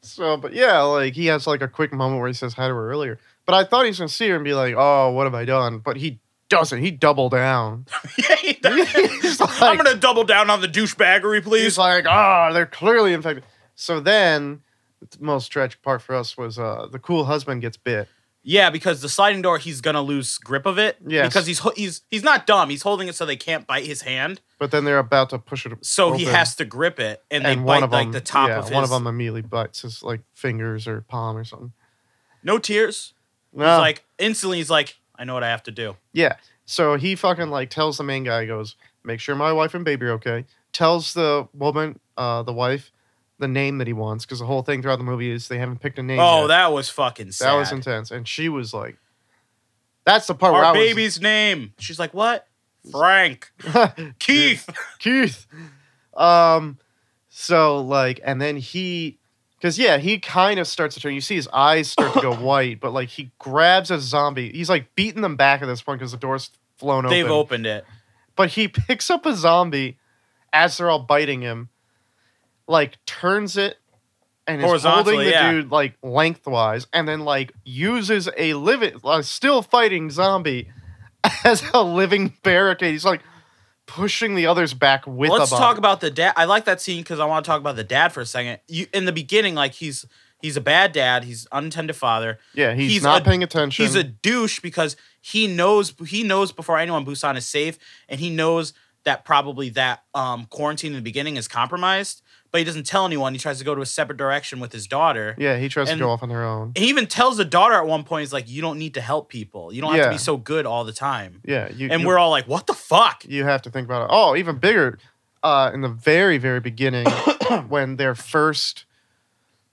Speaker 1: So, but yeah, like he has like a quick moment where he says hi to her earlier. But I thought he was gonna see her and be like, "Oh, what have I done?" But he doesn't. He double down.
Speaker 2: Yeah, he does.
Speaker 1: He's like-
Speaker 2: i'm gonna double down on the douchebaggery
Speaker 1: He's
Speaker 2: please
Speaker 1: like, "Ah, they're clearly infected." So then, the most tragic part for us was uh the cool husband gets bit.
Speaker 2: yeah because the sliding door he's gonna lose grip of it
Speaker 1: Yes.
Speaker 2: because he's ho- he's he's not dumb he's holding it so they can't bite his hand
Speaker 1: But then they're about to push it.
Speaker 2: so he
Speaker 1: open.
Speaker 2: has to grip it and, they
Speaker 1: and
Speaker 2: bite
Speaker 1: one of them,
Speaker 2: like the top
Speaker 1: yeah,
Speaker 2: of his
Speaker 1: one of them immediately bites his like fingers or palm or something.
Speaker 2: no tears
Speaker 1: No,
Speaker 2: he's like instantly he's like i know what i have to do
Speaker 1: yeah. So he fucking like tells the main guy, he goes, "Make sure my wife and baby are okay." Tells the woman, uh, the wife, the name that he wants because the whole thing throughout the movie is they haven't picked a name.
Speaker 2: oh
Speaker 1: yet.
Speaker 2: that was fucking
Speaker 1: that
Speaker 2: sad
Speaker 1: was intense. And she was like, "That's the part where
Speaker 2: our
Speaker 1: I
Speaker 2: baby's name she's like what frank
Speaker 1: was
Speaker 2: keith
Speaker 1: Keith." Um, so like, and then he. Because yeah, he kind of starts to turn. You see his eyes start to go white, but like he grabs a zombie. He's like beating them back at this point because the door's flown open.
Speaker 2: They've opened it.
Speaker 1: But he picks up a zombie as they're all biting him, like turns it and is holding
Speaker 2: Horizontally,
Speaker 1: the
Speaker 2: yeah.
Speaker 1: dude like lengthwise, and then like uses a living, uh, still fighting zombie as a living barricade. He's like pushing the others back with
Speaker 2: Let's
Speaker 1: a body.
Speaker 2: talk about the dad. I like that scene because I want to talk about the dad for a second. You in the beginning, like he's he's a bad dad. He's unattended father.
Speaker 1: yeah, he's,
Speaker 2: he's
Speaker 1: not
Speaker 2: a-
Speaker 1: paying attention.
Speaker 2: He's a douche because he knows he knows before anyone Busan is safe, and he knows that probably that um, quarantine in the beginning is compromised. But he doesn't tell anyone. He tries to go to a separate direction with his daughter.
Speaker 1: yeah, he tries
Speaker 2: and-
Speaker 1: to go off on their own.
Speaker 2: He even tells the daughter at one point, "He's like, you don't need to help people. You don't have
Speaker 1: Yeah.
Speaker 2: to be so good all the time."
Speaker 1: Yeah, you,
Speaker 2: And
Speaker 1: you-
Speaker 2: we're all like, "What the fuck?"
Speaker 1: you have to think about it. Oh, even bigger, uh, in the very, very beginning, when they're first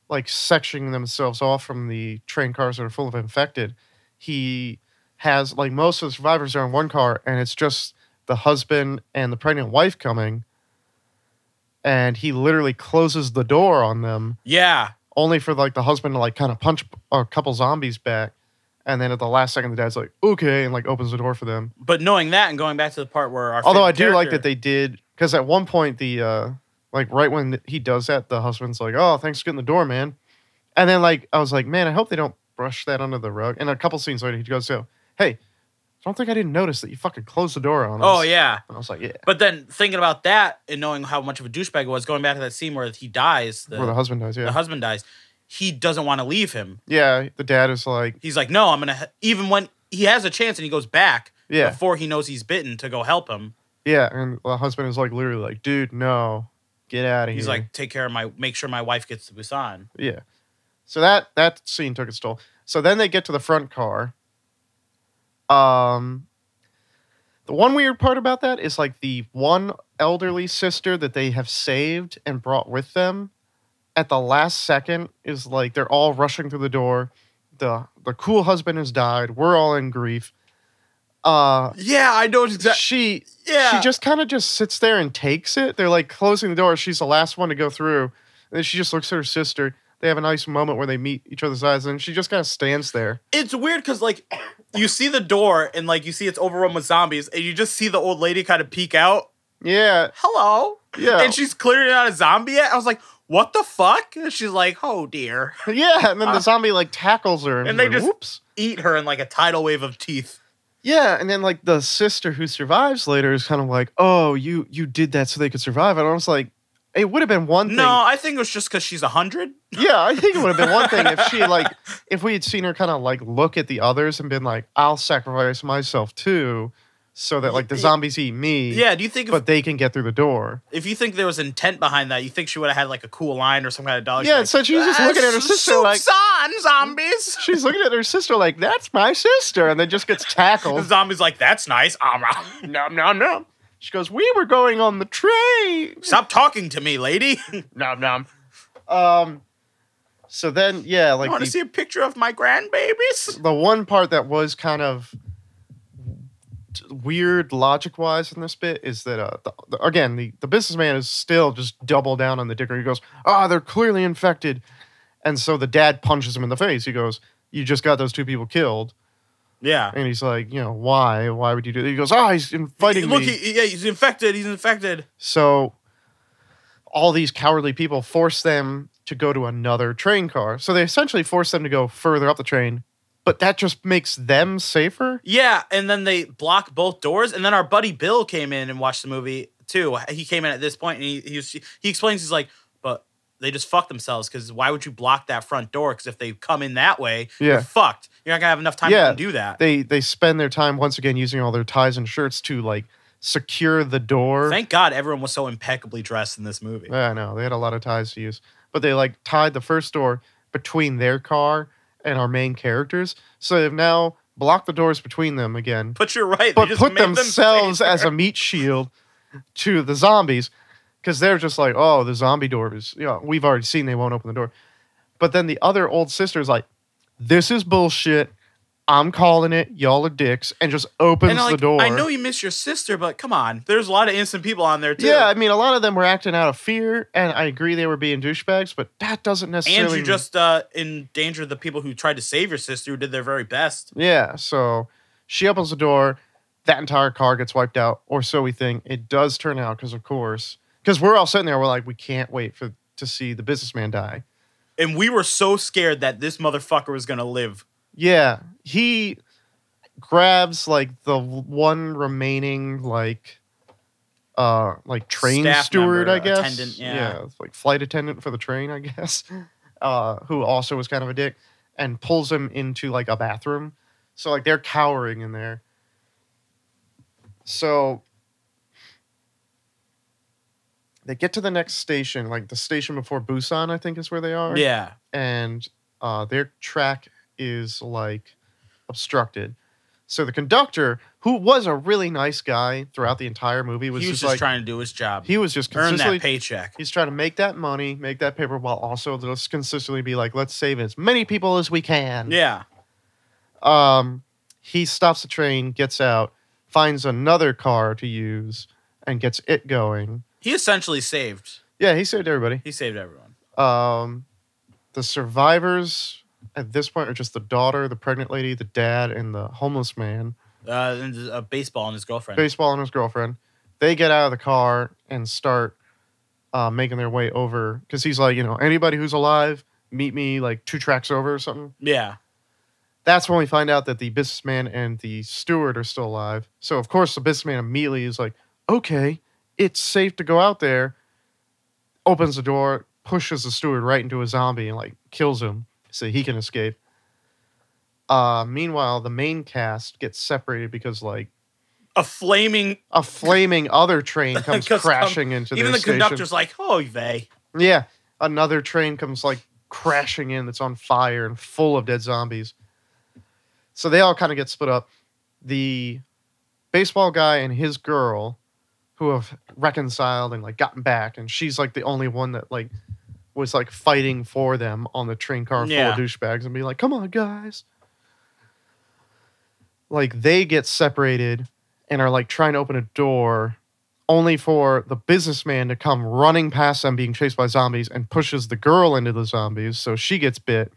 Speaker 1: like sectioning themselves off from the train cars that are full of infected, he has like most of the survivors are in one car, and it's just the husband and the pregnant wife coming. And he literally closes the door on them,
Speaker 2: Yeah.
Speaker 1: only for like the husband to like kind of punch a couple zombies back. And then at the last second, the dad's like, okay, and like opens the door for them.
Speaker 2: But knowing that and going back to the part where our
Speaker 1: Although I do
Speaker 2: favorite
Speaker 1: like
Speaker 2: character-
Speaker 1: that they did because at one point the uh like right when he does that, the husband's like, "Oh, thanks for getting the door, man," and then like I was like, "Man, I hope they don't brush that under the rug." And a couple scenes later, he goes, "So hey, don't think I didn't notice that you fucking closed the door on us.
Speaker 2: Oh yeah.
Speaker 1: And I was like, yeah.
Speaker 2: But then thinking about that and knowing how much of a douchebag it was, going back to that scene where he dies, the, Uh-huh.
Speaker 1: Where the husband dies.
Speaker 2: the
Speaker 1: Yeah.
Speaker 2: husband dies, he doesn't want to leave him.
Speaker 1: yeah. The dad is like,
Speaker 2: He's like, no, I'm gonna. he- Even when he has a chance and he goes back
Speaker 1: yeah.
Speaker 2: before he knows he's bitten to go help him,
Speaker 1: Yeah. And the husband is like, literally, like, dude, no, get out of here.
Speaker 2: he's like, take care of my, make sure my wife gets to Busan.
Speaker 1: Yeah. So that that scene took its toll. So then they get to the front car. Um the one weird part about that is like the one elderly sister that they have saved and brought with them at the last second is like they're all rushing through the door. The the cool husband has died. We're all in grief. Uh
Speaker 2: Yeah, I know exactly.
Speaker 1: she
Speaker 2: Yeah,
Speaker 1: she just kind of just sits there and takes it. They're like closing the door. She's the last one to go through. And then she just looks at her sister. They have a nice moment where they meet each other's eyes, and she just kind of stands there.
Speaker 2: it's weird because like you see the door and like you see it's overrun with zombies and you just see the old lady kind of peek out.
Speaker 1: Yeah,
Speaker 2: Hello.
Speaker 1: yeah,
Speaker 2: And she's clearly not a zombie yet. I was like, what the fuck? And she's like, oh dear.
Speaker 1: yeah. And then the
Speaker 2: Uh,
Speaker 1: zombie like tackles her, and,
Speaker 2: and they
Speaker 1: like,
Speaker 2: just-
Speaker 1: whoops.
Speaker 2: Eat her in like a tidal wave of teeth.
Speaker 1: Yeah, and then like the sister who survives later is kind of like, "Oh, you you did that so they could survive." And I was like, "It would have been one thing."
Speaker 2: No, I think it was just because she's a hundred.
Speaker 1: Yeah, I think it would have been one thing if she like if we had seen her kind of like look at the others and been like, I'll sacrifice myself too, so that like the
Speaker 2: Y- y-
Speaker 1: zombies eat me.
Speaker 2: Yeah. Do you think if,
Speaker 1: But they can get through the door.
Speaker 2: if you think there was intent behind that, you think she would have had like a cool line or some kind of dollar?
Speaker 1: Yeah, so she's just looking at her sister like
Speaker 2: on zombies.
Speaker 1: she's looking at her sister like, That's my sister, and then just gets
Speaker 2: The
Speaker 1: tackled.
Speaker 2: zombie's like, that's nice. Um, um,
Speaker 1: nom nom nom. She goes, We were going on the train.
Speaker 2: Stop talking to me, lady.
Speaker 1: Nom nom. Um so then yeah, like
Speaker 2: I want
Speaker 1: the-
Speaker 2: to see a picture of my grandbabies.
Speaker 1: the one part that was kind of weird logic wise in this bit is that uh, the, the- again the, the businessman is still just double down on the dicker he goes ah they're clearly infected and so the dad punches him in the face he goes you just got those two people killed
Speaker 2: Yeah.
Speaker 1: and he's like you know why why would you do that he goes ah he's inviting
Speaker 2: Look,
Speaker 1: me
Speaker 2: he, yeah, he's infected. He's infected.
Speaker 1: so all these cowardly people force them to go to another train car so they essentially force them to go further up the train but that just makes them safer
Speaker 2: Yeah, and then they block both doors, and then our buddy Bill came in and watched the movie too. He came in at this point, and he he, was, he explains he's like, but they just fucked themselves because why would you block that front door? Because if they come in that way,
Speaker 1: Yeah.
Speaker 2: you're fucked. You're not gonna have enough time
Speaker 1: Yeah.
Speaker 2: to undo that.
Speaker 1: they they spend their time once again using all their ties and shirts to like secure the door.
Speaker 2: Thank God everyone was so impeccably dressed in this movie.
Speaker 1: yeah, I know they had a lot of ties to use, but they like tied the first door between their car and our main characters, so they've now blocked the doors between them again,
Speaker 2: But you're right.
Speaker 1: but
Speaker 2: they just
Speaker 1: put
Speaker 2: made them
Speaker 1: themselves
Speaker 2: safer.
Speaker 1: as a meat shield to the zombies because they're just like, oh, the zombie door is, you know, we've already seen they won't open the door, but then the other old sister's like, this is bullshit. I'm calling it. Y'all are dicks, and just opens
Speaker 2: And I'm
Speaker 1: the
Speaker 2: like,
Speaker 1: door.
Speaker 2: I know you miss your sister, but come on. There's a lot of innocent people on there too.
Speaker 1: Yeah, I mean, a lot of them were acting out of fear, and I agree they were being douchebags, but that doesn't necessarily.
Speaker 2: and you just uh, endangered the people who tried to save your sister, who did their very best.
Speaker 1: Yeah, so she opens the door. That entire car gets wiped out, or so we think. It does turn out because, of course, because we're all sitting there, we're like, we can't wait for to see the businessman die.
Speaker 2: and we were so scared that this motherfucker was gonna live.
Speaker 1: Yeah, he grabs like the one remaining like, uh, like train
Speaker 2: Staff
Speaker 1: steward,
Speaker 2: member,
Speaker 1: I guess.
Speaker 2: attendant, yeah.
Speaker 1: it's like flight attendant for the train, I guess. Uh, who also was kind of a dick and pulls him into like a bathroom. So like they're cowering in there. So they get to the next station, like the station before Busan, I think is where they are
Speaker 2: Yeah,
Speaker 1: and uh, their track is like obstructed. So the conductor, who was a really nice guy throughout the entire movie,
Speaker 2: he
Speaker 1: was,
Speaker 2: was just
Speaker 1: just, like
Speaker 2: trying to do his job,
Speaker 1: he was just
Speaker 2: earn
Speaker 1: consistently
Speaker 2: that paycheck.
Speaker 1: he's trying to make that money, make that paper, while also just consistently be like, let's save as many people as we can.
Speaker 2: Yeah,
Speaker 1: Um, he stops the train, gets out, finds another car to use, and gets it going.
Speaker 2: he essentially saved.
Speaker 1: Yeah, he saved everybody.
Speaker 2: He saved everyone.
Speaker 1: Um, the survivors at this point are just the daughter, the pregnant lady, the dad, and the homeless man,
Speaker 2: Uh, and a baseball and his girlfriend.
Speaker 1: baseball and his girlfriend. They get out of the car and start uh, making their way over because he's like, you know, anybody who's alive, meet me like two tracks over or something.
Speaker 2: yeah,
Speaker 1: That's when we find out that the businessman and the steward are still alive. So of course the businessman immediately is like, "Okay, it's safe to go out there." Opens the door, pushes the steward right into a zombie and like kills him so he can escape. Uh, meanwhile, the main cast gets separated because like
Speaker 2: A flaming.
Speaker 1: a flaming other train comes
Speaker 2: 'Cause, um,
Speaker 1: crashing into
Speaker 2: even
Speaker 1: their
Speaker 2: the
Speaker 1: station.
Speaker 2: conductor's like, "Oh, they."
Speaker 1: Yeah, another train comes like crashing in that's on fire and full of dead zombies. So they all kind of get split up. The baseball guy and his girl who have reconciled and like gotten back and she's like the only one that like was like fighting for them on the train car full
Speaker 2: Yeah.
Speaker 1: of douchebags and be like, "Come on, guys." Like they get separated and are like trying to open a door only for the businessman to come running past them being chased by zombies and pushes the girl into the zombies so she gets bit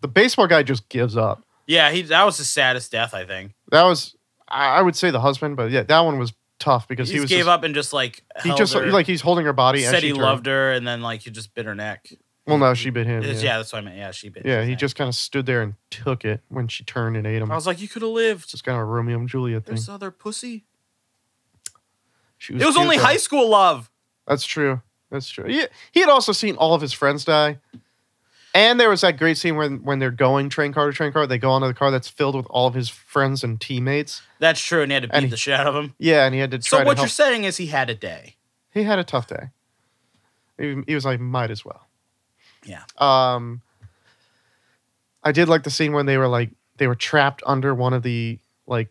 Speaker 1: the baseball guy just gives up
Speaker 2: Yeah, he. That was the saddest death, I think.
Speaker 1: that was i I would say the husband but yeah that one was tough
Speaker 2: He
Speaker 1: because
Speaker 2: just
Speaker 1: he, was
Speaker 2: gave
Speaker 1: just,
Speaker 2: up and just like
Speaker 1: he
Speaker 2: held
Speaker 1: just
Speaker 2: her,
Speaker 1: like he's holding her body
Speaker 2: said
Speaker 1: and she
Speaker 2: he
Speaker 1: turned.
Speaker 2: loved her, and then like he just bit her neck.
Speaker 1: well no she bit him
Speaker 2: Yeah,
Speaker 1: yeah,
Speaker 2: that's what I meant. Yeah, she bit.
Speaker 1: yeah
Speaker 2: his
Speaker 1: he
Speaker 2: neck.
Speaker 1: just kind of stood there and took it when she turned and ate him
Speaker 2: I was like, you could have lived.
Speaker 1: just kind of a romeo and juliet thing
Speaker 2: There's other pussy.
Speaker 1: she
Speaker 2: It was
Speaker 1: cute,
Speaker 2: only
Speaker 1: though.
Speaker 2: high school love.
Speaker 1: That's true. That's true. He, he had also seen all of his friends die. And there was that great scene when, when they're going train car to train car, they go onto the car that's filled with all of his friends and teammates.
Speaker 2: That's true, and he had to beat
Speaker 1: And he-
Speaker 2: the shit out of him.
Speaker 1: Yeah, and he had to try
Speaker 2: So
Speaker 1: to
Speaker 2: what you're
Speaker 1: help.
Speaker 2: saying is he had a day.
Speaker 1: He had a tough day. He, he was like, might as well.
Speaker 2: Yeah.
Speaker 1: Um, I did like the scene when they were like they were trapped under one of the like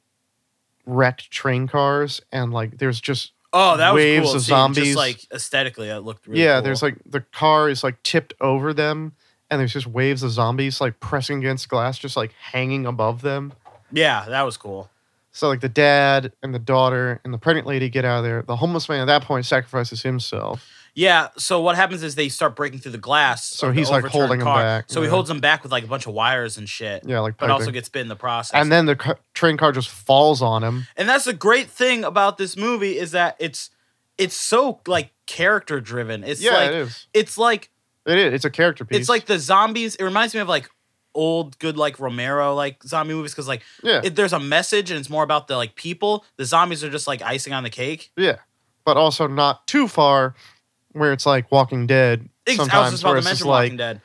Speaker 1: wrecked train cars, and like there's just
Speaker 2: Oh, that
Speaker 1: Waves
Speaker 2: was
Speaker 1: of
Speaker 2: cool. Of zombies.
Speaker 1: zombies.
Speaker 2: Just like aesthetically, that looked really
Speaker 1: yeah,
Speaker 2: cool.
Speaker 1: there's like the car is like tipped over them, and there's just waves of zombies like pressing against glass, just like hanging above them.
Speaker 2: yeah, that was cool.
Speaker 1: So like the dad and the daughter and the pregnant lady get out of there. The homeless man at that point sacrifices himself.
Speaker 2: Yeah. So what happens is they start breaking through the glass.
Speaker 1: So
Speaker 2: of the
Speaker 1: he's, like,
Speaker 2: overturned
Speaker 1: holding 'em
Speaker 2: car.
Speaker 1: back,
Speaker 2: So he
Speaker 1: yeah.
Speaker 2: holds him back with like a bunch of wires and shit.
Speaker 1: Yeah, like
Speaker 2: But also
Speaker 1: piping.
Speaker 2: gets bit in the process.
Speaker 1: and then the ca- train car just falls on him.
Speaker 2: and that's the great thing about this movie is that it's it's so like character driven. It's
Speaker 1: yeah,
Speaker 2: like
Speaker 1: it is.
Speaker 2: it's like
Speaker 1: It is. It's a character piece.
Speaker 2: it's like the zombies. It reminds me of like old good like Romero like zombie movies because like
Speaker 1: yeah,
Speaker 2: it, there's a message and it's more about the like people. The zombies are just like icing on the cake.
Speaker 1: yeah, but also not too far where it's like Walking Dead.
Speaker 2: Ex- I was
Speaker 1: Sometimes
Speaker 2: just about
Speaker 1: where
Speaker 2: to
Speaker 1: it's just
Speaker 2: mention
Speaker 1: like,
Speaker 2: Walking Dead.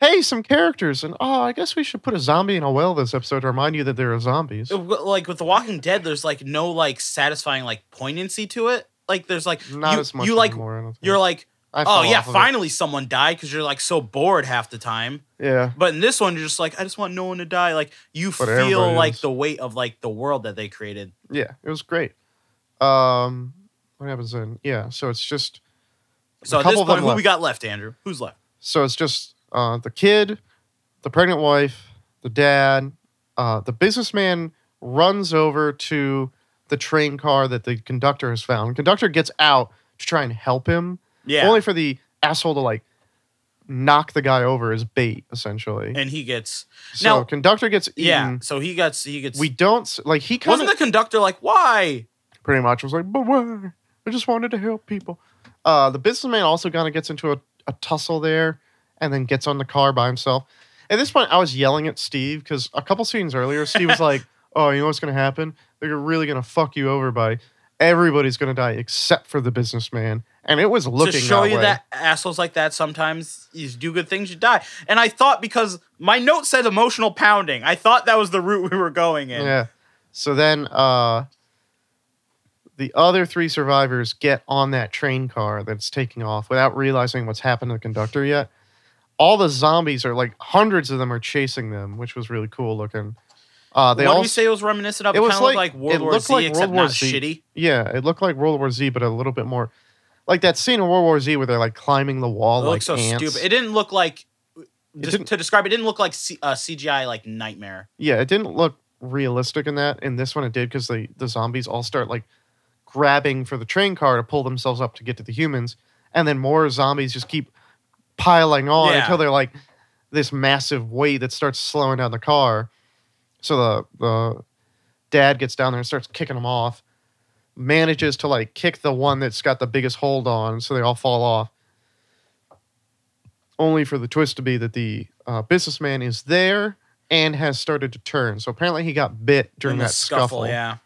Speaker 1: hey, some characters, and oh, I guess we should put a zombie in a well this episode to remind you that there are zombies.
Speaker 2: It- like with The Walking Dead, there's like no like satisfying like poignancy to it. Like there's like
Speaker 1: Not
Speaker 2: you,
Speaker 1: as much
Speaker 2: you like
Speaker 1: anymore. I don't think.
Speaker 2: you're like
Speaker 1: I
Speaker 2: oh
Speaker 1: fell
Speaker 2: yeah
Speaker 1: off of it.
Speaker 2: finally someone died because you're like so bored half the time.
Speaker 1: Yeah.
Speaker 2: But in this one, you're just like I just want no one to die. Like you
Speaker 1: But
Speaker 2: feel
Speaker 1: everybody
Speaker 2: like
Speaker 1: is.
Speaker 2: the weight of like the world that they created.
Speaker 1: Yeah. It was great. Um what happens then? Yeah. So it's just
Speaker 2: So at
Speaker 1: couple
Speaker 2: this
Speaker 1: of them
Speaker 2: point, who we
Speaker 1: left.
Speaker 2: got left, Andrew? Who's left?
Speaker 1: so it's just uh the kid, the pregnant wife, the dad, uh the businessman runs over to the train car that the conductor has found. Conductor gets out to try and help him.
Speaker 2: Yeah,
Speaker 1: Only for the asshole to like knock the guy over as bait, essentially.
Speaker 2: and he gets
Speaker 1: so
Speaker 2: now-
Speaker 1: conductor gets eaten.
Speaker 2: yeah. So he gets he gets.
Speaker 1: We don't s- like he kind
Speaker 2: wasn't the conductor like why?
Speaker 1: pretty much was like, but why? I just wanted to help people. Uh, the businessman also kind of gets into a, a tussle there and then gets on the car by himself. At this point, I was yelling at Steve because a couple scenes earlier, Steve was like, oh, you know what's going to happen? They're really going to fuck you over by everybody's going to die except for the businessman. And it was looking
Speaker 2: to show
Speaker 1: that
Speaker 2: you
Speaker 1: way.
Speaker 2: that assholes like that sometimes you do good things, you die. And I thought because my note said emotional pounding, I thought that was the route we were going in.
Speaker 1: Yeah. So then uh the other three survivors get on that train car that's taking off without realizing what's happened to the conductor yet. All the zombies are like hundreds of them are chasing them, which was really cool looking. Uh they
Speaker 2: what do
Speaker 1: all
Speaker 2: we say it was reminiscent of? It,
Speaker 1: It was
Speaker 2: kind of looked
Speaker 1: like-
Speaker 2: like World
Speaker 1: it
Speaker 2: War
Speaker 1: looked
Speaker 2: Z,
Speaker 1: like
Speaker 2: except
Speaker 1: World War
Speaker 2: not
Speaker 1: Z.
Speaker 2: shitty.
Speaker 1: yeah, it looked like World War Z, but a little bit more like that scene in World War Z where they're like climbing the
Speaker 2: It
Speaker 1: wall like
Speaker 2: looked so
Speaker 1: ants.
Speaker 2: stupid. It didn't look like. Just
Speaker 1: didn't-
Speaker 2: to describe, it didn't look like C- uh, CGI like nightmare.
Speaker 1: yeah, it didn't look realistic in that. In this one, it did because the the zombies all start like grabbing for the train car to pull themselves up to get to the humans, and then more zombies just keep piling on
Speaker 2: Yeah.
Speaker 1: until they're like this massive weight that starts slowing down the car. So the the dad gets down there and starts kicking them off. Manages to like kick the one that's got the biggest hold on, so they all fall off. Only for the twist to be that the uh, businessman is there and has started to turn. So apparently he got bit during
Speaker 2: In the
Speaker 1: that scuffle.
Speaker 2: Yeah,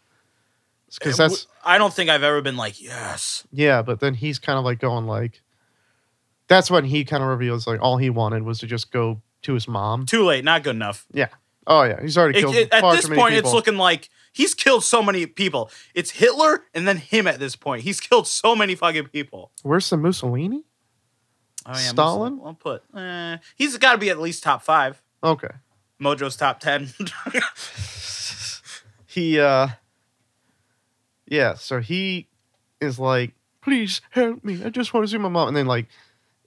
Speaker 1: Because
Speaker 2: It w-
Speaker 1: that's
Speaker 2: I don't think I've ever been like yes.
Speaker 1: yeah, but then he's kind of like going like that's when he kind of reveals like all he wanted was to just go to his mom.
Speaker 2: Too late. Not good enough.
Speaker 1: Oh yeah, he's already
Speaker 2: It-
Speaker 1: killed
Speaker 2: it-
Speaker 1: far
Speaker 2: at this
Speaker 1: too many
Speaker 2: point,
Speaker 1: people.
Speaker 2: it's looking like he's killed so many people. It's Hitler and then him at this point. He's killed so many fucking people.
Speaker 1: Where's the Mussolini?
Speaker 2: Oh, yeah,
Speaker 1: Stalin?
Speaker 2: I'll put. Eh, he's got to be at least top five.
Speaker 1: Okay.
Speaker 2: Mojo's top ten.
Speaker 1: he uh yeah so he is like please help me i just want to see my mom and then like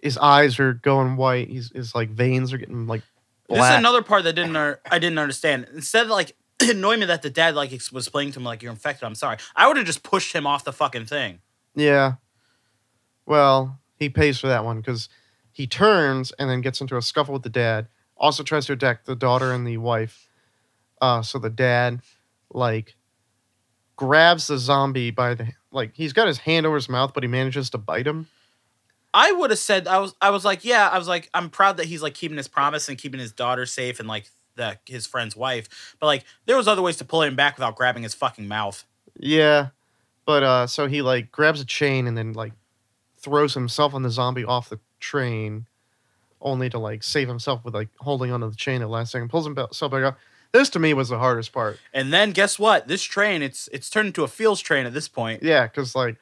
Speaker 1: his eyes are going white he's his like veins are getting like
Speaker 2: This is
Speaker 1: black
Speaker 2: another part that didn't un- I didn't understand. Instead of like it annoyed me that the dad like ex- was playing to him like you're infected. I'm sorry. I would have just pushed him off the fucking thing.
Speaker 1: yeah well he pays for that one because he turns and then gets into a scuffle with the dad also tries to attack the daughter and the wife uh so the dad like grabs the zombie by the like he's got his hand over his mouth but he manages to bite him
Speaker 2: I would have said I was I was like yeah I was like I'm proud that he's like keeping his promise and keeping his daughter safe and like the his friend's wife. But like there was other ways to pull him back without grabbing his fucking mouth.
Speaker 1: Yeah. But uh so he like grabs a chain and then like throws himself on the zombie off the train only to like save himself with like holding onto the chain at the last second, pulls himself back up. This to me was the hardest part.
Speaker 2: And then guess what? This train it's it's turned into a fields train at this point.
Speaker 1: Yeah, because like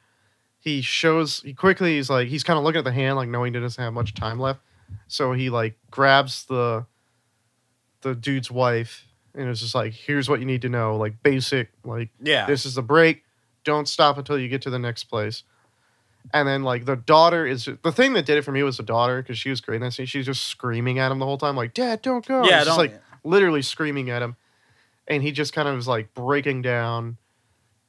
Speaker 1: he shows he quickly he's like he's kind of looking at the hand, like knowing he doesn't have much time left. So he like grabs the the dude's wife and it's just like, here's what you need to know, like basic, like
Speaker 2: Yeah.
Speaker 1: this is the break. Don't stop until you get to the next place. And then like the daughter is the thing that did it for me was the daughter because she was great in that scene. She's just screaming at him the whole time, like "Dad, don't go!"
Speaker 2: yeah.
Speaker 1: She's
Speaker 2: Don't,
Speaker 1: like literally screaming at him, and he just kind of is like breaking down,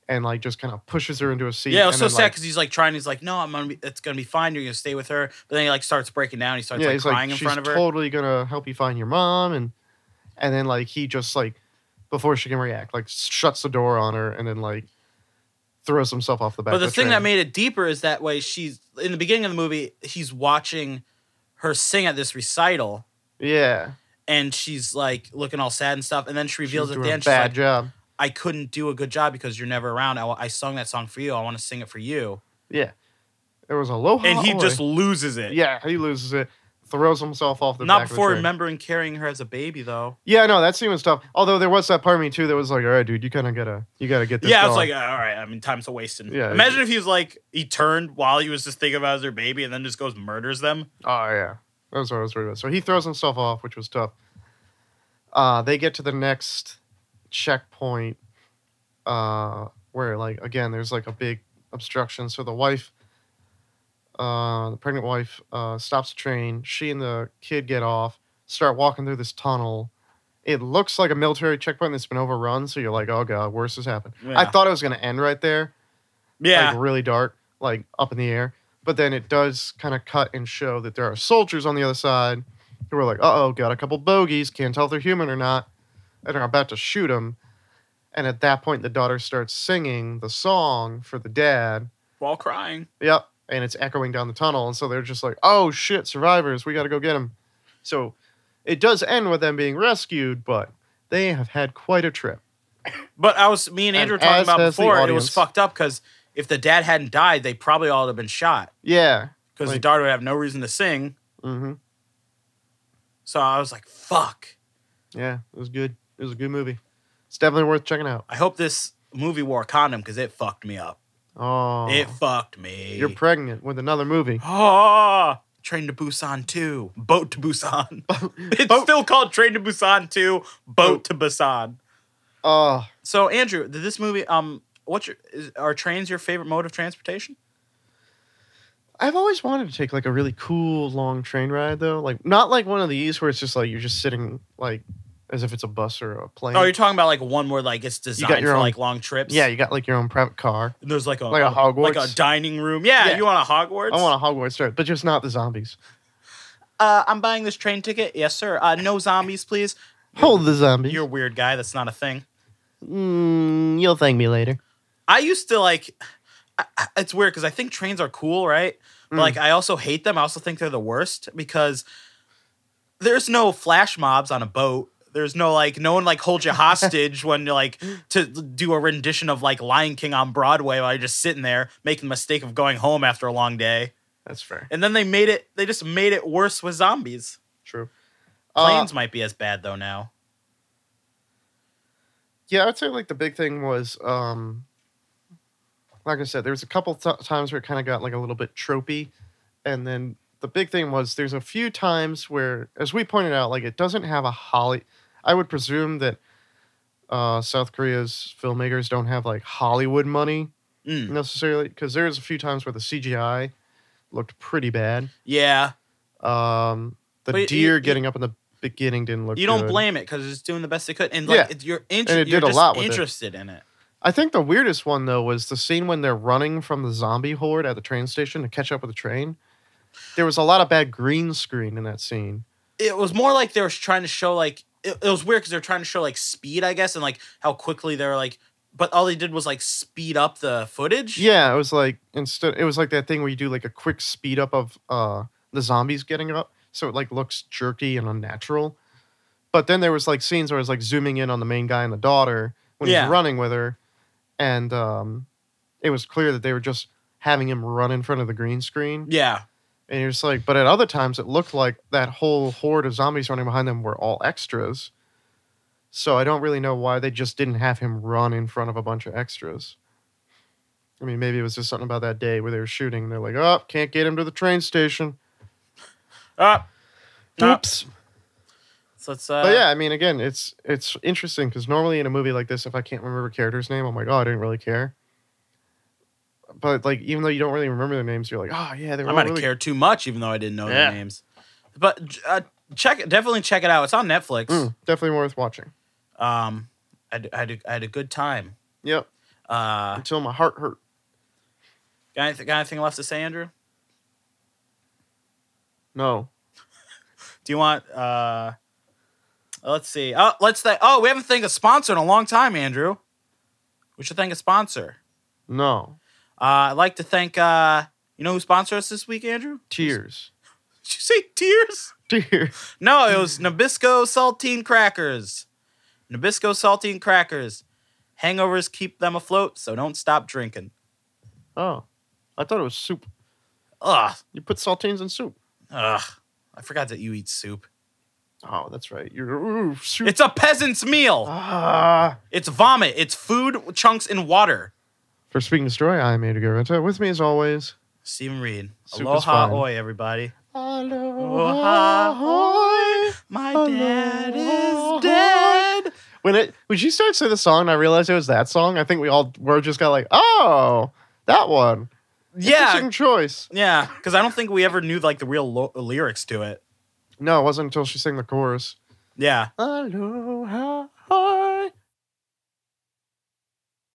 Speaker 1: and like just kind of pushes her into a seat.
Speaker 2: yeah, it was so
Speaker 1: and
Speaker 2: sad
Speaker 1: then,
Speaker 2: 'cause
Speaker 1: like-
Speaker 2: he's like trying. He's like, "No, I'm gonna be. It's gonna be fine. You're gonna stay with her." But then he like starts breaking down. He starts
Speaker 1: yeah,
Speaker 2: like
Speaker 1: he's
Speaker 2: crying
Speaker 1: like,
Speaker 2: in
Speaker 1: she's
Speaker 2: front of her.
Speaker 1: totally gonna help you find your mom, and and then like he just like before she can react, like shuts the door on her, and then like throws himself off the back.
Speaker 2: But
Speaker 1: of
Speaker 2: the thing that
Speaker 1: train.
Speaker 2: made it deeper is that way she's in the beginning of the movie, he's watching her sing at this recital
Speaker 1: yeah,
Speaker 2: and she's like looking all sad and stuff. And then she
Speaker 1: She's
Speaker 2: reveals at
Speaker 1: doing
Speaker 2: the
Speaker 1: a
Speaker 2: end, she's
Speaker 1: bad
Speaker 2: like,
Speaker 1: job.
Speaker 2: I couldn't do a good job because you're never around. I, I sung that song for you. I want to sing it for you.
Speaker 1: There was Aloha.
Speaker 2: And he
Speaker 1: Oi.
Speaker 2: just loses it.
Speaker 1: Oh, yeah, he loses it, throws himself off the
Speaker 2: Not
Speaker 1: back
Speaker 2: before
Speaker 1: Of the train.
Speaker 2: remembering carrying her as a baby, though.
Speaker 1: Yeah, no, that scene was tough. Although there was that part of me too that was like, all right, dude, you kind of gotta, you gotta get this.
Speaker 2: yeah, I was
Speaker 1: going."
Speaker 2: like, all right, I mean, time's a wasting.
Speaker 1: Yeah,
Speaker 2: Imagine if he was like, he turned while he was just thinking about as their baby and then just goes murders them.
Speaker 1: oh yeah, that was what I was worried about. So he throws himself off, which was tough. Uh, they get to the next checkpoint, uh, where like again, there's like a big obstruction. So the wife, uh, the pregnant wife, uh, stops the train. She and the kid get off, start walking through this tunnel. It looks like a military checkpoint that's been overrun. So you're like, oh god, worse has happened. I
Speaker 2: Yeah.
Speaker 1: thought it was gonna end right there,
Speaker 2: yeah.
Speaker 1: like really dark, like up in the air. But then it does kind of cut and show that there are soldiers on the other side who are like, "Uh oh, got a couple bogeys. Can't tell if they're human or not," and are about to shoot them. And at that point, the daughter starts singing the song for the dad.
Speaker 2: while crying.
Speaker 1: Yep, and it's echoing down the tunnel. And so they're just like, "Oh shit, survivors! We got to go get them." So it does end with them being rescued, but they have had quite a trip.
Speaker 2: But I was me and
Speaker 1: And
Speaker 2: Andrew were talking
Speaker 1: as
Speaker 2: about
Speaker 1: has the
Speaker 2: before, it was
Speaker 1: audience.
Speaker 2: fucked up because if the dad hadn't died, they probably all would have been shot
Speaker 1: Yeah.
Speaker 2: because the
Speaker 1: Like-
Speaker 2: daughter would have no reason to sing.
Speaker 1: Mm-hmm.
Speaker 2: So I was like, "Fuck!"
Speaker 1: Yeah, it was good. It was a good movie. It's definitely worth checking out.
Speaker 2: I hope this movie wore a condom because it fucked me up.
Speaker 1: Oh,
Speaker 2: It fucked me.
Speaker 1: you're pregnant with another movie.
Speaker 2: Ah, Train to Busan 2. Boat to Busan. it's still called Train to Busan 2, Boat,
Speaker 1: Boat.
Speaker 2: to Busan.
Speaker 1: Oh,
Speaker 2: So Andrew, did this movie um what's your is, are trains your favorite mode of transportation?
Speaker 1: I've always wanted to take like a really cool long train ride though, like not like one of these where it's just like you're just sitting like as if it's a bus or a plane.
Speaker 2: Oh, you're talking about like one where like it's designed
Speaker 1: your
Speaker 2: for
Speaker 1: own-
Speaker 2: like long trips.
Speaker 1: yeah, you got like your own private car.
Speaker 2: And there's like a
Speaker 1: Like a Hogwarts?
Speaker 2: like a dining room. Yeah,
Speaker 1: Yeah.
Speaker 2: you want a Hogwarts?
Speaker 1: I want a Hogwarts trip, but just not the zombies.
Speaker 2: Uh, I'm buying this train ticket. Yes, sir. Uh, no zombies, please.
Speaker 1: Hold the zombies.
Speaker 2: You're a weird guy. That's not a thing.
Speaker 1: Mm, you'll thank me later.
Speaker 2: I used to like. I, I- it's weird because I think trains are cool, right? But
Speaker 1: Mm.
Speaker 2: like, I also hate them. I also think they're the worst because there's no flash mobs on a boat. There's no like no one like holds you hostage when you're like to do a rendition of like Lion King on Broadway while you're just sitting there making the mistake of going home after a long day.
Speaker 1: That's fair.
Speaker 2: And then they made it they just made it worse with zombies.
Speaker 1: True. Uh,
Speaker 2: Planes might be as bad though now.
Speaker 1: yeah, I'd say like the big thing was, um, like I said, there was a couple t- times where it kind of got like a little bit tropey, and then the big thing was there's a few times where, as we pointed out, like it doesn't have a Holly. I would presume that uh, South Korea's filmmakers don't have like Hollywood money
Speaker 2: Mm.
Speaker 1: necessarily, because there's a few times where the CGI looked pretty bad.
Speaker 2: Yeah.
Speaker 1: Um, the
Speaker 2: But you-
Speaker 1: deer
Speaker 2: you-
Speaker 1: getting up in the beginning didn't look.
Speaker 2: You don't
Speaker 1: good.
Speaker 2: blame it because it's doing the best it could. And
Speaker 1: Yeah.
Speaker 2: like it- you're, inter-
Speaker 1: And it
Speaker 2: you're
Speaker 1: did a
Speaker 2: just
Speaker 1: lot with it.
Speaker 2: interested in it.
Speaker 1: I think the weirdest one though was the scene when they're running from the zombie horde at the train station to catch up with the train. There was a lot of bad green screen in that scene.
Speaker 2: it was more like they were trying to show like it, it was weird because they're trying to show like speed, I guess, and like how quickly they're like. But all they did was like speed up the footage.
Speaker 1: Yeah, it was like instead it was like that thing where you do like a quick speed up of uh the zombies getting up, so it like looks jerky and unnatural. But then there was like scenes where it was like zooming in on the main guy and the daughter when
Speaker 2: Yeah.
Speaker 1: he's running with her, and um it was clear that they were just having him run in front of the green screen.
Speaker 2: yeah,
Speaker 1: And you're just like, but at other times it looked like that whole horde of zombies running behind them were all extras. So I don't really know why they just didn't have him run in front of a bunch of extras. I mean, maybe it was just something about that day where they were shooting and they're like, oh, can't get him to the train station.
Speaker 2: Ah, ah.
Speaker 1: Oops.
Speaker 2: So it's uh,
Speaker 1: But yeah, I mean, again, it's it's interesting because normally in a movie like this, if I can't remember a character's name, I'm like, oh, I didn't really care. But like, even though you don't really remember their names, you're like, oh yeah, they were
Speaker 2: I
Speaker 1: all
Speaker 2: might have
Speaker 1: really
Speaker 2: cared too much, even though I didn't know
Speaker 1: Yeah.
Speaker 2: their names. But j- uh, check it, definitely check it out. It's on Netflix.
Speaker 1: Mm, definitely worth watching.
Speaker 2: Um, I, d- I, had a- I had a good time.
Speaker 1: Yep.
Speaker 2: Uh,
Speaker 1: Until my heart hurt.
Speaker 2: got anything, got anything left to say, Andrew?
Speaker 1: No.
Speaker 2: Do you want? uh Let's see. Oh, let's think. Oh, we haven't thanked a sponsor in a long time, Andrew. We should thank a sponsor.
Speaker 1: No.
Speaker 2: Uh, I'd like to thank. uh You know who sponsored us this week, Andrew?
Speaker 1: Tears.
Speaker 2: Did you say tears?
Speaker 1: Tears.
Speaker 2: No, it was Nabisco saltine crackers. Nabisco saltine crackers. Hangovers keep them afloat, so don't stop drinking.
Speaker 1: Oh. I thought it was soup.
Speaker 2: Ugh,
Speaker 1: You put saltines in soup.
Speaker 2: ugh. I forgot that you eat soup.
Speaker 1: Oh, that's right. You're ooh, soup.
Speaker 2: It's a peasant's meal.
Speaker 1: ah.
Speaker 2: It's vomit. It's food chunks in water.
Speaker 1: For Speaking Destroy, I'm Ada Garanta. With me as always.
Speaker 2: Stephen Reed.
Speaker 1: Soup is
Speaker 2: Aloha
Speaker 1: fine.
Speaker 2: oi, everybody.
Speaker 1: Aloha. hoi.
Speaker 2: My
Speaker 1: Aloha
Speaker 2: dad
Speaker 1: hoi.
Speaker 2: is dead.
Speaker 1: When it when she started singing the song and I realized it was that song, I think we all were just kind of like, oh, that one.
Speaker 2: Yeah,
Speaker 1: Interesting choice.
Speaker 2: yeah. Because I don't think we ever knew like the real lo- lyrics to it.
Speaker 1: No, it wasn't until she sang the chorus.
Speaker 2: Yeah,
Speaker 1: Aloha.